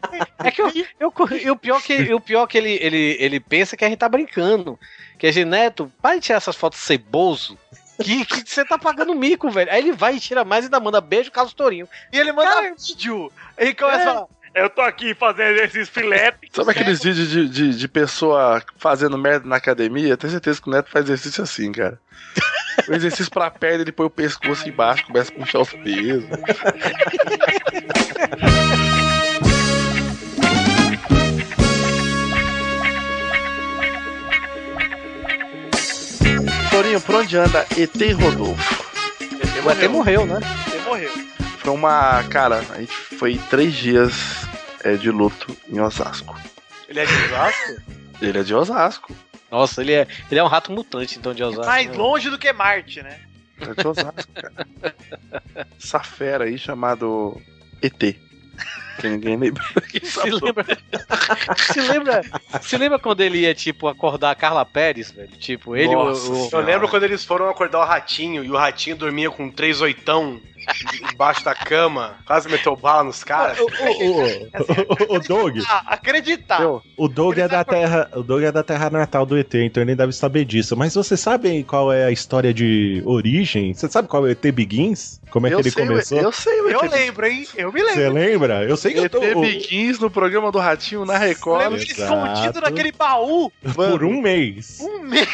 Speaker 6: é que eu, eu, e o pior que, e o pior que ele, ele, ele pensa que a gente tá brincando. Que a gente, Neto, para de tirar essas fotos ceboso. Que, que você tá pagando mico, velho. Aí ele vai e tira mais e ainda manda beijo, Carlos Torinho. E ele manda vídeo. Aí começa
Speaker 1: É.
Speaker 6: a falar, eu tô aqui fazendo esses filetes.
Speaker 3: Sabe aqueles vídeos de, de, de pessoa fazendo merda na academia? Eu tenho certeza que o Neto faz exercício assim, cara. O exercício pra perna, ele põe o pescoço embaixo, começa a puxar os pesos. Torinho, por onde anda ET Rodolfo?
Speaker 6: Ele até morreu, né?
Speaker 1: Ele morreu.
Speaker 3: Foi uma. Cara, a gente foi três dias é, de luto em Osasco.
Speaker 1: Ele é de Osasco?
Speaker 3: Ele é de Osasco.
Speaker 6: Nossa, ele é, ele é um rato mutante, então, de Osasco.
Speaker 1: é Mais
Speaker 6: né?
Speaker 1: longe do que Marte, né?
Speaker 3: Ele é de Osasco, cara. Essa fera aí chamado ET. Que ninguém lembra.
Speaker 6: Se lembra, se lembra, se lembra quando ele ia, tipo, acordar a Carla Pérez, velho? Tipo, ele... o-
Speaker 4: Nossa
Speaker 6: o-
Speaker 4: Senhora. eu lembro quando eles foram acordar o ratinho e o ratinho dormia com três oitão embaixo da cama, quase meteu bala nos caras.
Speaker 5: O, o, o Doug.
Speaker 1: ah, Acreditar.
Speaker 5: O Doug, é da terra, o Doug é da terra natal do ET, então ele nem deve saber disso. Mas você sabe aí qual é a história de origem? Você sabe qual é o ET Begins? Como é
Speaker 3: Eu
Speaker 5: que ele
Speaker 3: sei,
Speaker 5: começou?
Speaker 3: eu sei,
Speaker 1: Eu lembro, hein? Eu me lembro.
Speaker 5: Você lembra? Eu sei que eu
Speaker 3: ET
Speaker 5: tô. o-
Speaker 3: Biguins no programa do Ratinho na Record.
Speaker 1: Lembro dele escondido naquele baú.
Speaker 5: Por um mês.
Speaker 1: Um mês.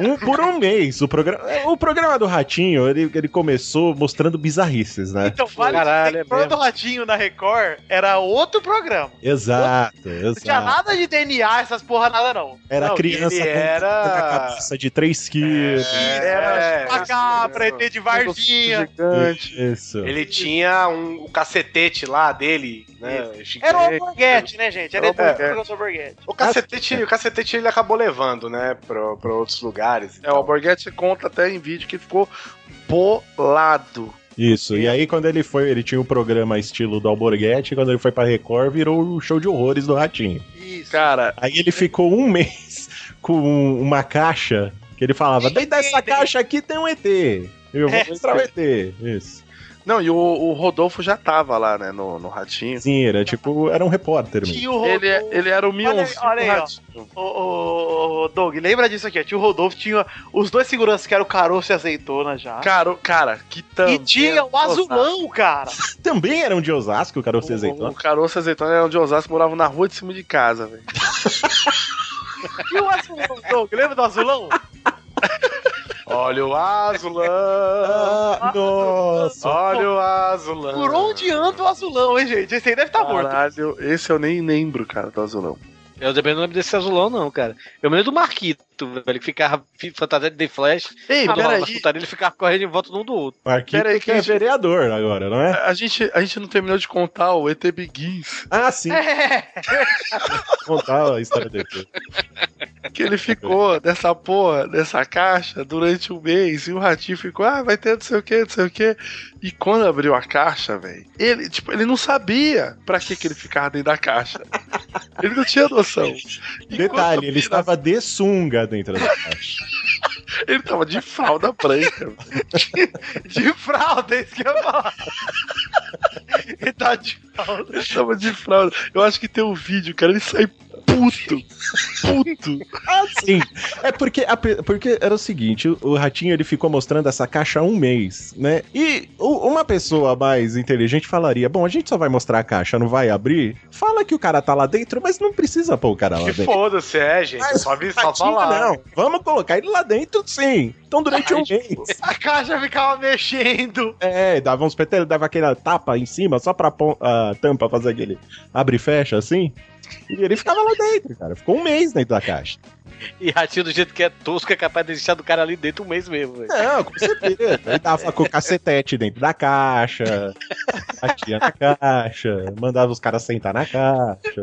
Speaker 5: Um, por um mês. O programa, o programa do Ratinho, ele, ele começou mostrando bizarrices, né?
Speaker 1: Então vale
Speaker 5: Caralho,
Speaker 1: dizer
Speaker 5: é
Speaker 1: que Flor do
Speaker 5: mesmo.
Speaker 1: Ratinho na Record era outro programa.
Speaker 5: Exato,
Speaker 1: Não tinha
Speaker 5: exato.
Speaker 1: nada de DNA, essas porra nada, não.
Speaker 5: Era
Speaker 1: não,
Speaker 5: criança
Speaker 1: Ele
Speaker 5: com, com a
Speaker 1: era. É,
Speaker 5: cabeça de 3 quilos.
Speaker 1: Ele era pra cá, pra ET de Varginha.
Speaker 5: Isso.
Speaker 4: Ele tinha um, o cacetete lá dele, né?
Speaker 1: Era o
Speaker 4: gigante.
Speaker 1: Alborguete, né, gente? Era
Speaker 4: Era o
Speaker 1: depois do
Speaker 4: Alborguete.
Speaker 1: programa do Alborguete.
Speaker 4: O cacetete, o cacetete ele acabou levando, né, pra, pra outros lugares.
Speaker 3: É, o Borghetti conta até em vídeo que ficou bolado.
Speaker 5: Isso, e aí quando ele foi, ele tinha um programa estilo do Alborguete, quando ele foi pra Record, virou o show de horrores do Ratinho.
Speaker 3: Cara,
Speaker 5: Aí ele ficou um mês com um, uma caixa que ele falava: dentro dessa caixa aqui tem um ET. Eu vou
Speaker 3: É.
Speaker 5: mostrar o ET. Isso.
Speaker 3: Não, e o, o Rodolfo já tava lá, né, no, no Ratinho.
Speaker 5: Sim, era tipo, era um repórter mesmo.
Speaker 1: Tio Rodolfo.
Speaker 3: Ele, é- ele era o
Speaker 1: é- Olha aí,
Speaker 3: Mionzinho
Speaker 1: olha aí,
Speaker 3: do
Speaker 1: ó.
Speaker 3: Ratinho.
Speaker 1: Ô, ô, ô, Doug, lembra disso aqui, ó. Tio Rodolfo tinha os dois seguranças que eram o caroço e a azeitona já.
Speaker 3: Caro, cara, que tanto.
Speaker 1: e tinha o azulão, cara.
Speaker 5: Também eram de Osasco, o Caroço e
Speaker 3: O
Speaker 5: Azeitona.
Speaker 3: Caroço e Azeitona eram de Osasco, moravam na rua de cima de casa, velho.
Speaker 1: E o azulão, Doug, lembra do azulão?
Speaker 4: Olha o azulão!
Speaker 5: Ah, nossa!
Speaker 4: Olha o azulão!
Speaker 1: Por onde anda o azulão, hein, gente? Esse aí deve estar morto.
Speaker 3: Caralho, esse eu nem lembro, cara, do azulão.
Speaker 6: Eu também não lembro desse azulão, não, cara. Eu me lembro do Marquito, velho, que ficava fi- fantasia de The Flash.
Speaker 3: Ei,
Speaker 6: Quando
Speaker 3: peraí.
Speaker 6: rolava as putarias, ele ficava correndo em volta de um do outro.
Speaker 5: Marquinhos
Speaker 3: Peraí,
Speaker 5: que é
Speaker 3: que-
Speaker 5: vereador agora, não é?
Speaker 3: A gente, a gente não terminou de contar o ET Biguins.
Speaker 5: Ah, sim. Contar a história dele.
Speaker 3: Que ele ficou dessa porra, dessa caixa, durante um mês. E o ratinho ficou, ah, vai ter não sei o que, não sei o que. E quando abriu a caixa, velho, ele, tipo, ele não sabia pra que, que ele ficava dentro da caixa. Ele não tinha noção.
Speaker 5: Detalhe, ele estava de sunga dentro da caixa.
Speaker 3: Ele tava de fralda branca.
Speaker 1: De fralda, é isso que eu ia falar. Ele tá de fralda.
Speaker 3: Ele tava de fralda. Eu acho que tem um vídeo, cara, ele sai puto. Puto.
Speaker 5: Ah, sim. É porque, a pe- porque era o seguinte, o, o Ratinho ele ficou mostrando essa caixa há um mês, né? E o- uma pessoa mais inteligente falaria, bom, a gente só vai mostrar a caixa, não vai abrir? Fala que o cara tá lá dentro, mas não precisa pôr o cara lá
Speaker 4: Que
Speaker 5: dentro.
Speaker 4: foda-se, é, gente. só vi, só
Speaker 5: Ratinho,
Speaker 4: falar.
Speaker 5: não. Vamos colocar ele lá dentro, sim. Então, durante um mês.
Speaker 1: A caixa ficava mexendo.
Speaker 5: É, dava uns petelos, dava aquela tapa em cima só pra pon- a tampa fazer aquele abre e fecha assim. E ele ficava lá dentro, cara. Ficou um mês dentro da caixa.
Speaker 6: E ratinho do jeito que é tosco, é capaz de deixar do cara ali dentro um mês mesmo, velho.
Speaker 5: Não, com certeza. Ele tava com o cacetete dentro da caixa, batia na caixa, mandava os caras sentar na caixa.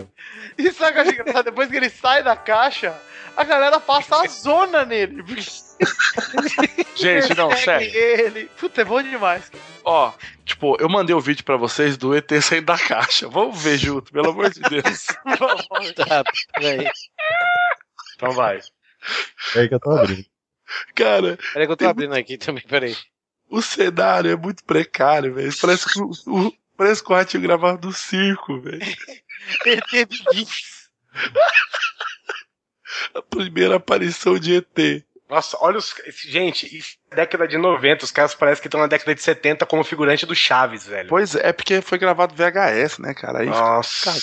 Speaker 1: E sabe o que eu acho engraçado? Depois que ele sai da caixa, a galera passa a zona nele.
Speaker 3: Gente, não,
Speaker 1: Persegue
Speaker 3: sério.
Speaker 1: Ele. Puta, é bom demais.
Speaker 3: Ó, tipo, eu mandei o vídeo pra vocês do ET saindo da caixa. Vamos ver junto, pelo amor de Deus.
Speaker 1: Vamos.
Speaker 6: Tá, velho.
Speaker 4: Então vai.
Speaker 5: É aí que eu tô abrindo.
Speaker 3: Cara.
Speaker 6: Peraí que eu tô abrindo aqui também, peraí.
Speaker 3: O cenário é muito precário, velho. Parece que o, o, parece que o ratinho gravado do circo, velho.
Speaker 14: ET
Speaker 3: A primeira aparição de ET.
Speaker 1: Nossa, olha os. esse- Gente, isso é década de 90, os caras parecem que estão na década de 70 como figurante do Chaves, velho.
Speaker 3: Pois é, é porque foi gravado VHS, né, cara? Aí
Speaker 1: Nossa.
Speaker 6: Peraí,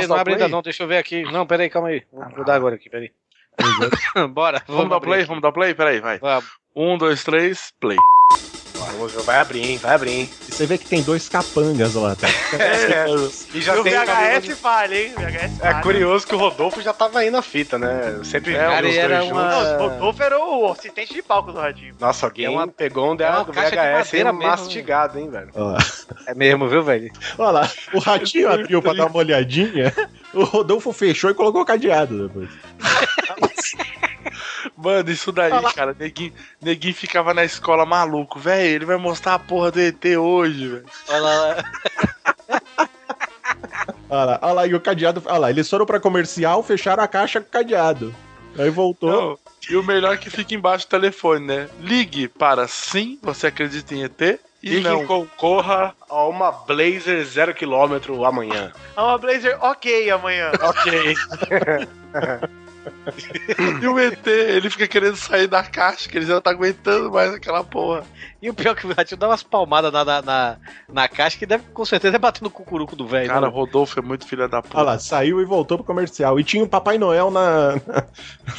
Speaker 3: Posso dar
Speaker 6: não abre
Speaker 3: play?
Speaker 6: ainda não, deixa eu ver aqui. Não, peraí, calma aí. Vou mudar agora aqui, peraí. Bora,
Speaker 3: Vamos, dar play? Vamos dar play? Peraí, vai. Um, dois, três, play.
Speaker 1: Vai abrir, hein? Vai abrir, hein?
Speaker 5: E Você vê que tem dois capangas lá, tá?
Speaker 1: É, e já
Speaker 14: o
Speaker 1: tem
Speaker 14: VHS falha, hein? VHS
Speaker 1: É
Speaker 14: falha. É,
Speaker 1: curioso que o Rodolfo já tava aí na fita, né? Eu sempre
Speaker 6: Cara,
Speaker 1: vi os
Speaker 6: e era
Speaker 1: dois
Speaker 6: uma-
Speaker 1: juntos.
Speaker 14: Não, o Rodolfo era o assistente de palco do Radinho.
Speaker 1: Nossa, alguém
Speaker 6: É uma-
Speaker 1: pegou um dela do
Speaker 6: caixa de
Speaker 1: VHS e
Speaker 6: madeira
Speaker 14: né?
Speaker 6: mesmo,
Speaker 1: mastigado, hein, velho?
Speaker 5: Ó lá.
Speaker 6: É mesmo, viu, velho?
Speaker 5: Olha lá, o ratinho abriu pra dar uma olhadinha, o Rodolfo fechou e colocou o cadeado depois.
Speaker 3: Mano, isso daí, cara, neguinho, neguinho ficava na escola maluco, velho. Ele vai mostrar a porra do ET hoje, velho.
Speaker 6: Olha lá,
Speaker 5: Olha lá, olha lá, e o cadeado. Olha lá, eles foram pra comercial, fecharam a caixa com o cadeado. Aí voltou.
Speaker 3: Não, E o melhor é que fica embaixo do telefone, né? Ligue para sim, você acredita em ET? E
Speaker 1: E
Speaker 3: não.
Speaker 1: que concorra a uma Blazer 0km amanhã.
Speaker 14: É uma Blazer ok amanhã.
Speaker 1: ok.
Speaker 3: E o ET, ele fica querendo sair da caixa, que ele já não tá aguentando mais aquela porra.
Speaker 6: E o pior é que o Ratinho dá umas palmadas na, na, na, na caixa que deve com certeza bater no cucuruco do velho.
Speaker 3: Cara,
Speaker 6: né?
Speaker 3: o Rodolfo é muito filha da puta.
Speaker 5: Olha lá, saiu e voltou pro comercial. E tinha o Papai Noel na, na,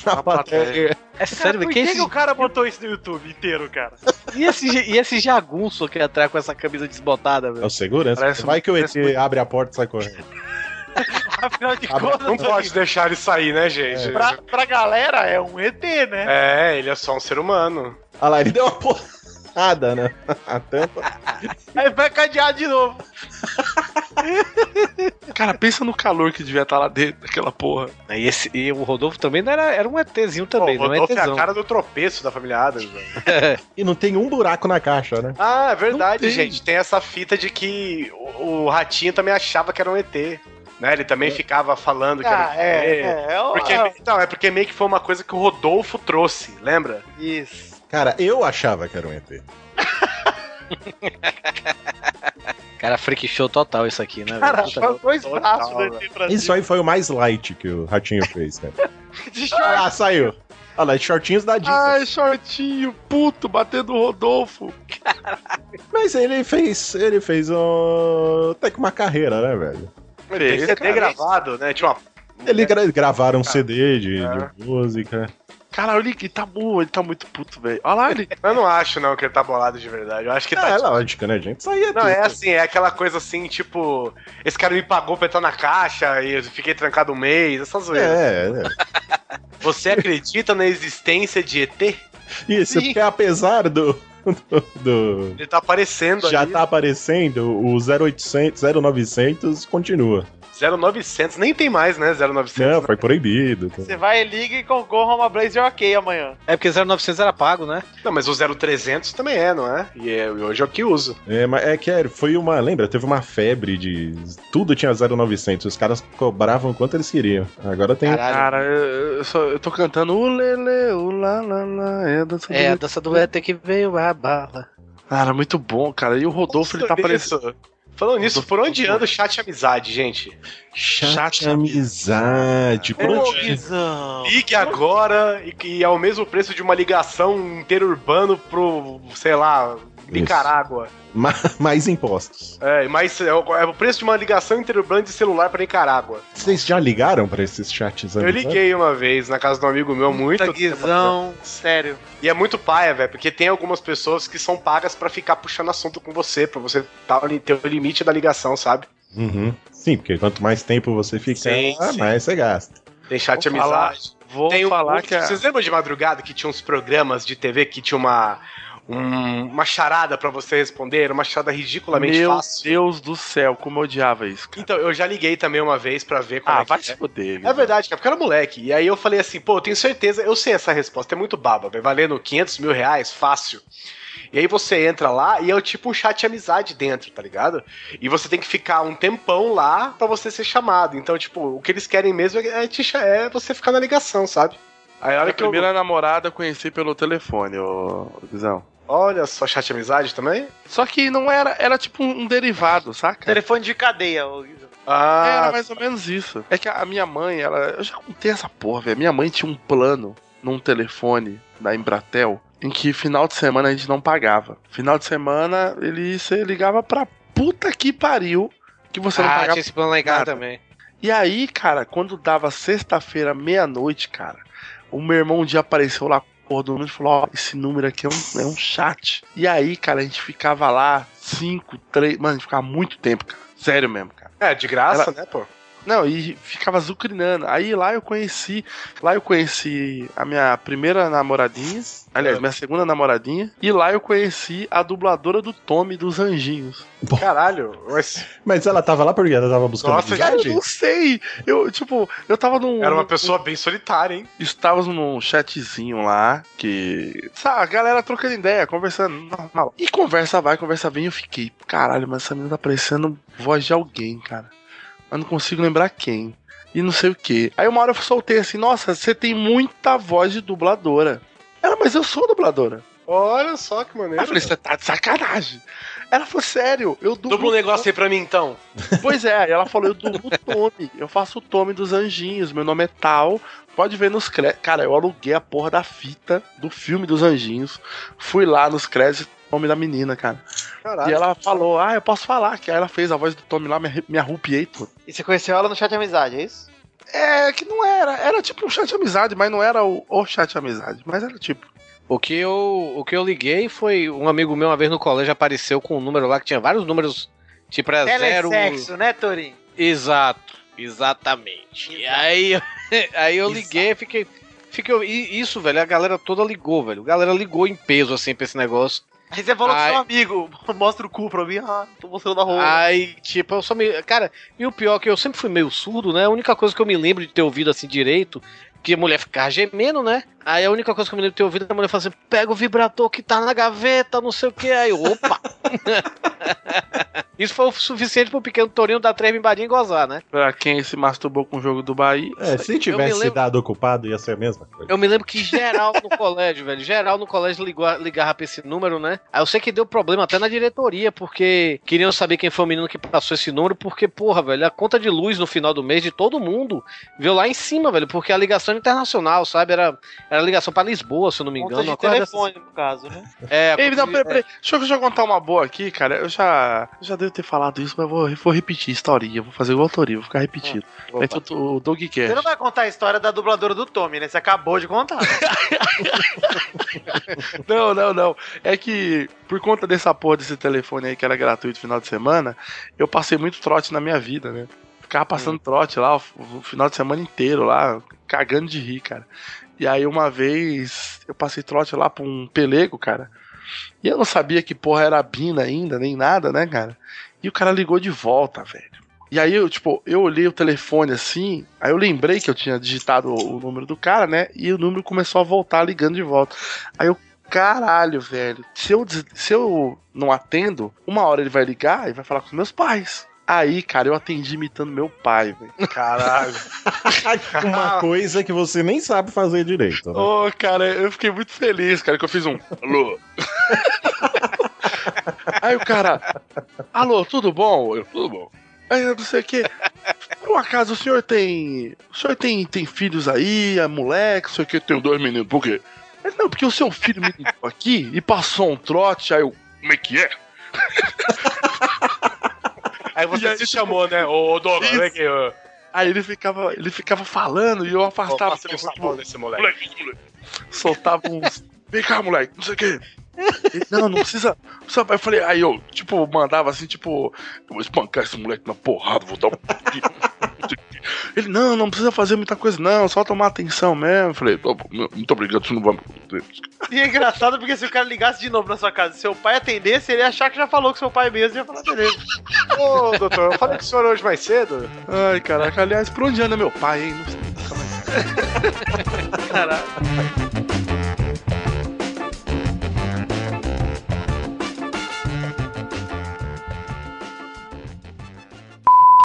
Speaker 3: Tá
Speaker 5: na plateia.
Speaker 6: É sério,
Speaker 14: por
Speaker 6: velho.
Speaker 14: que,
Speaker 6: Quem é
Speaker 14: que
Speaker 6: esse-
Speaker 14: o cara botou isso no YouTube inteiro, cara?
Speaker 6: E esse, ja- e esse jagunço que atrás com essa camisa desbotada,
Speaker 5: É
Speaker 6: velho?
Speaker 5: o segurança.
Speaker 1: Parece-
Speaker 5: Vai que o ET
Speaker 1: parece muito-
Speaker 5: abre a porta e sai correndo.
Speaker 14: Afinal de
Speaker 5: Ah, mas
Speaker 14: contas,
Speaker 1: Não pode deixar ele sair, né, gente?
Speaker 14: pra, pra galera é um ET, né?
Speaker 1: É, ele é só um ser humano.
Speaker 5: Olha lá, ele deu uma porrada, né? A tampa.
Speaker 14: Aí vai cadear de novo.
Speaker 3: Cara, pensa no calor que devia estar lá dentro, daquela porra.
Speaker 6: E, esse, e o Rodolfo também não era, era um ETzinho também,
Speaker 1: Pô,
Speaker 6: não é
Speaker 1: Rodolfo é a
Speaker 6: ETzão.
Speaker 1: cara do tropeço da família Adams, velho.
Speaker 5: E não tem um buraco na caixa, né?
Speaker 1: Ah, é verdade,
Speaker 3: Não tem.
Speaker 1: gente. Tem essa fita de que o, o Ratinho também achava que era um ET. Né? Ele
Speaker 3: É.
Speaker 1: também ficava falando que era um
Speaker 14: Ah, é,
Speaker 1: ET.
Speaker 14: é, é, o-
Speaker 1: Porque,
Speaker 14: é,
Speaker 1: não, é porque meio que foi uma coisa que o Rodolfo trouxe, lembra?
Speaker 14: Isso.
Speaker 5: Cara, eu achava que era um ET.
Speaker 6: Cara, freak show total isso aqui, né,
Speaker 14: Cara,
Speaker 6: velho? Puta
Speaker 14: faz
Speaker 3: um
Speaker 14: dois
Speaker 1: Total, né?
Speaker 14: braços do
Speaker 1: velho.
Speaker 14: ET pra
Speaker 5: Isso aí foi o mais light que o Ratinho fez, cara. Olha lá, saiu. Olha lá, shortinhos da Disney.
Speaker 3: Ai, shortinho, puto, batendo o Rodolfo.
Speaker 5: Mas ele fez. Ele fez um... até que uma carreira, né, velho?
Speaker 1: Tem
Speaker 3: Esse
Speaker 1: CD
Speaker 3: cara-
Speaker 1: é
Speaker 3: é
Speaker 1: gravado, né? Tinha uma...
Speaker 5: Eles gra-
Speaker 1: Ah.
Speaker 5: gravaram um CD de, de música.
Speaker 3: Cara, olha que tá bom, ele tá muito puto, velho. Olha lá, ele.
Speaker 1: Eu não acho, não, que ele tá bolado de verdade. Eu acho que
Speaker 5: Ah,
Speaker 1: tá.
Speaker 5: é lógico, né, gente? Isso aí é
Speaker 1: Não,
Speaker 5: tudo.
Speaker 1: é assim, é aquela coisa assim, tipo, esse cara me pagou pra entrar na caixa e eu fiquei trancado um mês, essas
Speaker 5: É,
Speaker 1: coisas.
Speaker 5: é, é.
Speaker 1: Você acredita na existência de ET?
Speaker 5: é. Isso, porque apesar do. do, do-
Speaker 1: Ele tá aparecendo
Speaker 5: já
Speaker 1: ali.
Speaker 5: tá aparecendo, o 0800, 0900 continua.
Speaker 1: 0900, nem tem mais, né? 0900.
Speaker 5: Não,
Speaker 1: né?
Speaker 5: foi proibido. tá?
Speaker 14: Você vai, liga e concorra uma Blazer ok amanhã.
Speaker 6: É porque 0900 era pago, né?
Speaker 1: Não, mas o 0300 também é, não é? E é- e hoje é o que uso.
Speaker 5: É, mas é que é, foi uma. Lembra? Teve uma febre de. Tudo tinha 0900. Os caras cobravam quanto eles queriam. Agora tem.
Speaker 3: Cara, eu, eu só, eu tô cantando o lele, o lá, lá, lá, é a dança
Speaker 6: É, a
Speaker 3: do...
Speaker 6: dança do ET que veio a bala.
Speaker 3: Cara, muito bom, cara. E o Rodolfo, ele tá
Speaker 1: Falando
Speaker 3: parecendo.
Speaker 1: nisso- Falando nisso, por onde anda o chat amizade, gente?
Speaker 5: Chat amizade. Por
Speaker 1: Ô,
Speaker 5: onde-
Speaker 1: Ligue agora e, e ao mesmo preço de uma ligação interurbano pro, sei lá, Nicarágua.
Speaker 5: Ma- mais impostos.
Speaker 1: É, mas é o, é o preço de uma ligação interurbana de celular pra Nicarágua.
Speaker 5: Vocês já ligaram pra esses chats
Speaker 1: Eu
Speaker 5: amizade?
Speaker 1: liguei uma vez na casa de um amigo meu muito.
Speaker 14: Puta
Speaker 1: tempo
Speaker 14: guizão, sério.
Speaker 1: E é muito paia, velho, porque tem algumas pessoas que são pagas pra ficar puxando assunto com você, pra você tá, ali- ter o limite da ligação, sabe?
Speaker 5: Uhum. Sim, porque quanto mais tempo você fica, ah,
Speaker 1: Sim, sim.
Speaker 5: mais você gasta.
Speaker 1: Tem chat
Speaker 3: Vou falar-
Speaker 1: amizade.
Speaker 3: Vou
Speaker 1: Tem um
Speaker 3: falar
Speaker 1: outro-
Speaker 3: que é a...
Speaker 1: Vocês lembram de madrugada que tinha uns programas de TV que tinha uma. um- uma charada pra você responder, era uma charada ridiculamente
Speaker 3: Meu
Speaker 1: fácil.
Speaker 3: Deus do céu, como eu odiava isso, cara.
Speaker 1: Então, eu já liguei também uma vez pra ver como
Speaker 3: Ah,
Speaker 1: é que
Speaker 3: vai
Speaker 1: é.
Speaker 3: se foder.
Speaker 1: É
Speaker 3: Guizão.
Speaker 1: verdade, cara, porque eu era moleque. E aí eu falei assim, pô, eu tenho certeza, eu sei essa resposta, é muito baba, vai valendo 500 mil reais, fácil. E aí você entra lá e é o tipo um chat de amizade dentro, tá ligado? E você tem que ficar um tempão é lá pra você ser chamado. Então, tipo, o que eles querem mesmo é, te cha- é você ficar na ligação, sabe?
Speaker 4: Aí a hora
Speaker 3: Minha
Speaker 4: que eu...
Speaker 3: primeira namorada eu conheci pelo telefone, ô Guizão.
Speaker 4: Olha só, chat amizade também?
Speaker 3: Só que não era, era tipo um um derivado, saca?
Speaker 1: Telefone de cadeia, ô Guizão.
Speaker 4: Ah,
Speaker 3: era mais ou menos isso. É que a minha mãe, ela. Eu já contei essa porra, velho. Minha mãe tinha um plano num telefone da Embratel em que final de semana a gente não pagava. Final de semana ele você ligava pra puta que pariu que você não
Speaker 6: ah,
Speaker 3: pagava.
Speaker 6: tinha esse plano lá em casa
Speaker 3: nada.
Speaker 6: também.
Speaker 3: E aí, cara, quando dava sexta-feira, meia-noite, cara, o meu irmão um dia apareceu lá, porra, do número e falou: Ó, esse número aqui é um, é um chat. E aí, cara, a gente ficava lá cinco, três. Mano, a gente ficava muito tempo, cara. Sério mesmo, cara.
Speaker 4: É, de graça,
Speaker 3: Ela-
Speaker 4: né, pô?
Speaker 3: Não, e ficava zucrinando. Aí lá eu conheci, lá eu conheci a minha primeira namoradinha,
Speaker 4: É.
Speaker 3: aliás, minha segunda namoradinha, e lá eu conheci a dubladora do Tommy dos Anjinhos.
Speaker 4: Caralho, mas.
Speaker 5: Mas ela tava lá porque ela tava buscando.
Speaker 3: Nossa, cara, eu não sei. Eu, tipo, eu tava num.
Speaker 4: Era uma pessoa bem solitária, hein?
Speaker 3: Estávamos num chatzinho lá que. Sabe, a galera trocando ideia, conversando. Normal. E conversa vai, conversa vem. Eu fiquei, caralho, mas essa menina tá parecendo voz de alguém, cara. Mas não consigo lembrar quem. E não sei o que. Aí uma hora eu soltei assim: Nossa, você tem muita voz de dubladora. Ela, mas eu sou dubladora.
Speaker 4: Olha só que
Speaker 3: Aí eu
Speaker 4: maneiro.
Speaker 3: falei: Você tá de sacanagem. Ela falou: Sério, eu dublo.
Speaker 4: Dubla um negócio aí pra mim então.
Speaker 3: Pois é, aí ela falou, eu dublo o Tommy, eu faço o Tommy dos Anjinhos, meu nome é tal, pode ver nos créditos. Cara, eu aluguei a porra da fita do filme dos Anjinhos, fui lá nos créditos, o nome da menina, cara.
Speaker 1: Caralho.
Speaker 3: E ela falou, ah, eu posso falar, que aí ela fez a voz do Tommy lá, me, arre- me arrupiei, pô.
Speaker 1: E você conheceu ela no chat de amizade, é isso?
Speaker 3: É, que não era, era tipo um chat de amizade, mas não era o, o chat de amizade, mas era tipo...
Speaker 6: O que, eu, o que eu liguei foi um amigo meu uma vez no colégio apareceu com um número lá que tinha vários números, tipo era zero.
Speaker 1: Telesexo, né, Torinho?
Speaker 6: Exato, exatamente. E aí, aí eu liguei, fiquei. fiquei e isso, velho, a galera toda ligou, velho. A galera ligou em peso assim pra esse negócio.
Speaker 1: Aí você falou
Speaker 6: Ai.
Speaker 1: que seu amigo mostra o cu pra mim. Ah, tô mostrando a roupa.
Speaker 6: Aí, tipo, eu só me. Cara, e o pior é que eu sempre fui meio surdo, né? A única coisa que eu me lembro de ter ouvido assim direito, que a mulher ficava gemendo, né? Aí a única coisa que eu me lembro de ter ouvido é a mulher falando assim: pega o vibrador que tá na gaveta, não sei o que. Aí, eu, opa! Isso foi o suficiente pro pequeno Torinho dar três bimbadinhas e gozar, né?
Speaker 3: Pra quem se masturbou com o jogo do Bahia...
Speaker 5: É, se tivesse
Speaker 6: Eu me lembro-
Speaker 5: dado ocupado, ia ser a mesma coisa.
Speaker 6: Eu me lembro que geral no colégio, velho, geral no colégio ligou, ligava pra esse número, né? Aí eu sei que deu problema até na diretoria, porque queriam saber quem foi o menino que passou esse número, porque, porra, velho, a conta de luz no final do mês de todo mundo veio lá em cima, velho, porque a ligação era internacional, sabe? Era, era ligação pra Lisboa, se eu não me engano. é
Speaker 1: Conta
Speaker 6: uma
Speaker 1: de
Speaker 6: coisa
Speaker 1: telefone, no caso, né?
Speaker 6: dessa- É,
Speaker 3: Ei,
Speaker 6: conta
Speaker 3: não,
Speaker 6: de-
Speaker 3: peraí, peraí. Deixa eu, deixa eu contar uma boa aqui, cara. Eu já, eu já devo ter falado isso, mas eu vou, vou repetir a historinha. Vou fazer igual a Torinho, vou ficar repetindo.
Speaker 6: opa.
Speaker 3: Vai ter o, o Dougcast.
Speaker 6: É.
Speaker 1: Você não vai contar a história da dubladora do Tommy, né? Você acabou de contar.
Speaker 3: Não, não, não. É que por conta dessa porra desse telefone aí que era gratuito no final de semana, eu passei muito trote na minha vida, né? Ficava passando trote lá o, f- o final de semana inteiro lá, cagando de rir, cara. E aí uma vez eu passei trote lá pra um pelego, cara. E eu não sabia que porra era a Bina ainda, nem nada, né, cara? E o cara ligou de volta, velho. E aí eu, tipo, eu olhei o telefone assim, aí eu lembrei que eu tinha digitado o o número do cara, né? E o número começou a voltar ligando de volta. Aí eu, caralho, velho, se eu, des- se eu não atendo, uma hora ele vai ligar e vai falar com os meus pais. Aí, cara, eu atendi imitando meu pai, velho.
Speaker 4: Caralho.
Speaker 5: Uma coisa que você nem sabe fazer direito, né?
Speaker 3: Ô, cara, eu fiquei muito feliz, cara, que eu fiz um alô. Aí o cara, alô, tudo bom? Eu, tudo bom. Aí eu não sei o quê. Por um acaso o senhor tem. O senhor tem, tem filhos aí, é moleque, não sei o quê, tenho dois meninos, por quê? Ele, não, porque o seu filho me ligou aqui e passou um trote, aí eu, como é que é?
Speaker 4: Aí você se chamou, né? Ô, Douglas,
Speaker 3: Isso.
Speaker 4: vem aqui, ô.
Speaker 3: Aí ele ficava, ele ficava falando e eu
Speaker 4: Ô,
Speaker 3: afastava.
Speaker 4: passa um sabão nesse moleque.
Speaker 3: Moleque, moleque. Soltava uns. Vem cá, moleque, não sei o quê. Ele, Não, não precisa, não precisa. Eu falei, aí eu, tipo, mandava assim, tipo, eu vou espancar esse moleque na porrada, vou dar um. Ele, não, não precisa fazer muita coisa, não, só tomar atenção mesmo. Eu falei, "Tá bom, muito obrigado, isso não vai me acontecer.
Speaker 1: E é engraçado porque se o cara ligasse de novo na sua casa, seu pai atendesse, ele ia achar que já falou com seu pai mesmo e ia falar, beleza.
Speaker 4: Ô, doutor, eu falei com o senhor hoje mais cedo.
Speaker 3: Ai, caraca, aliás, por onde anda meu pai, hein? Não sei.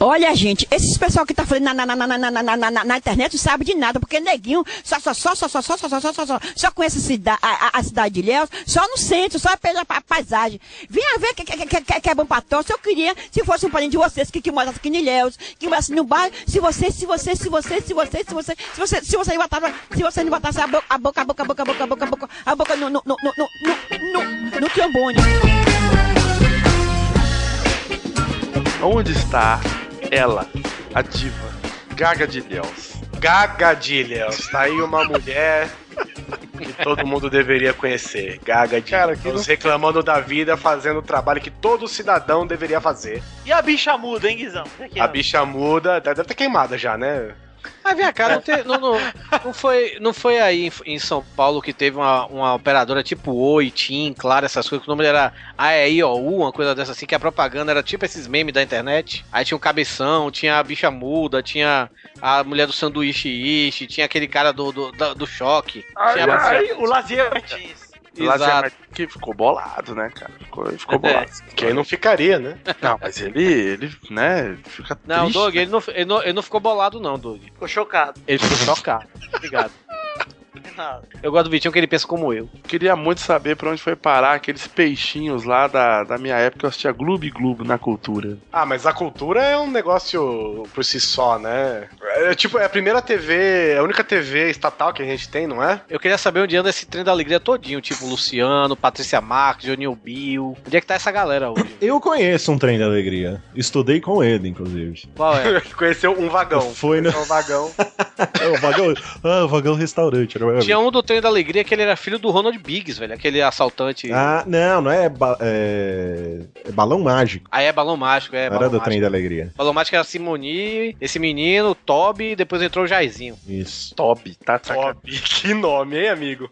Speaker 15: Olha, gente, esses pessoal que tá falando na, na, na, na, na, na, na, na, na internet não sabe de nada, porque neguinho só, só, só, só, só, só, só, só, só, só, só, só conhece cida- a, a- a cidade de Léus, só no centro, só pela pa- paisagem. Vinha ver que, que, que, que, que é bom pra tosse. Eu queria, se fosse um parente de vocês, que, que morasse aqui em Léus, que morasse no bairro, se você, se você, se você, se você, se você, se você, se você não botasse, se você não botasse a boca, a boca, a boca, a boca, a boca, a boca, a boca, a boca no, no, no, no, no, no, no, no trombone.
Speaker 3: Onde está ela, a diva Gaga de Deus?
Speaker 4: Gaga de Leos. Tá aí uma mulher que todo mundo deveria conhecer. Gaga de
Speaker 3: Cara, que
Speaker 4: Leos,
Speaker 3: não-
Speaker 4: reclamando da vida, fazendo o trabalho que todo cidadão deveria fazer.
Speaker 1: E a bicha muda, hein, Guizão? Como é que
Speaker 4: A
Speaker 1: é?
Speaker 4: bicha muda,
Speaker 3: tá,
Speaker 4: deve estar queimada já, né?
Speaker 6: Mas vem cá, não, te- não- não- não foi, não foi aí em, em São Paulo que teve uma, uma operadora tipo Oi, Tim, Claro, essas coisas, que o nome era AEIOU, uma coisa dessa assim, que a propaganda era tipo esses memes da internet. Aí tinha o Cabeção, tinha a Bicha Muda, tinha a mulher do sanduíche ishi, tinha aquele cara do, do, da- do choque.
Speaker 1: Ai,
Speaker 6: tinha a
Speaker 1: ai,
Speaker 6: Marcela-
Speaker 1: o é Lazier Martins.
Speaker 6: Exato.
Speaker 3: é que ficou bolado, né, cara? Ficou, ele ficou
Speaker 6: É.
Speaker 3: bolado.
Speaker 4: Quem não ficaria, né?
Speaker 3: Não, mas ele, ele, né, fica
Speaker 6: Não,
Speaker 3: triste.
Speaker 6: Doug, ele não, ele, não, ele não ficou bolado, não, Doug.
Speaker 1: Ficou chocado.
Speaker 6: Ele ficou chocado. Obrigado. Eu gosto do Vitinho que ele pensa como eu.
Speaker 3: Queria muito saber pra onde foi parar aqueles peixinhos lá da, da minha época. Eu assistia Gloob Globo na cultura.
Speaker 4: Ah, mas a cultura é um negócio por si só, né? É tipo, é a primeira TV, a única TV estatal que a gente tem, não é?
Speaker 6: Eu queria saber onde anda esse trem da alegria todinho, tipo Luciano, Patrícia Marques, Johnny Bill. Onde é que tá essa galera hoje?
Speaker 5: Eu conheço um trem da alegria. Estudei com ele, inclusive.
Speaker 6: Qual é?
Speaker 4: Conheceu um
Speaker 6: Então.
Speaker 4: vagão.
Speaker 5: Foi no-
Speaker 4: Conheceu Um vagão.
Speaker 5: É o vagão, ah, o vagão restaurante. era maravilhoso.
Speaker 6: Tinha um do trem da alegria que ele era filho do Ronald Biggs, velho, aquele assaltante.
Speaker 5: Ah, não, não é, ba- é- é balão mágico.
Speaker 6: Aí é balão mágico, é
Speaker 5: Não
Speaker 6: balão
Speaker 5: era do
Speaker 6: mágico.
Speaker 5: trem da alegria.
Speaker 6: Balão mágico era Simoni, esse menino, Toby, e depois entrou o Jairzinho.
Speaker 5: Isso.
Speaker 3: Toby, tá?
Speaker 4: Toby, que nome, hein, amigo?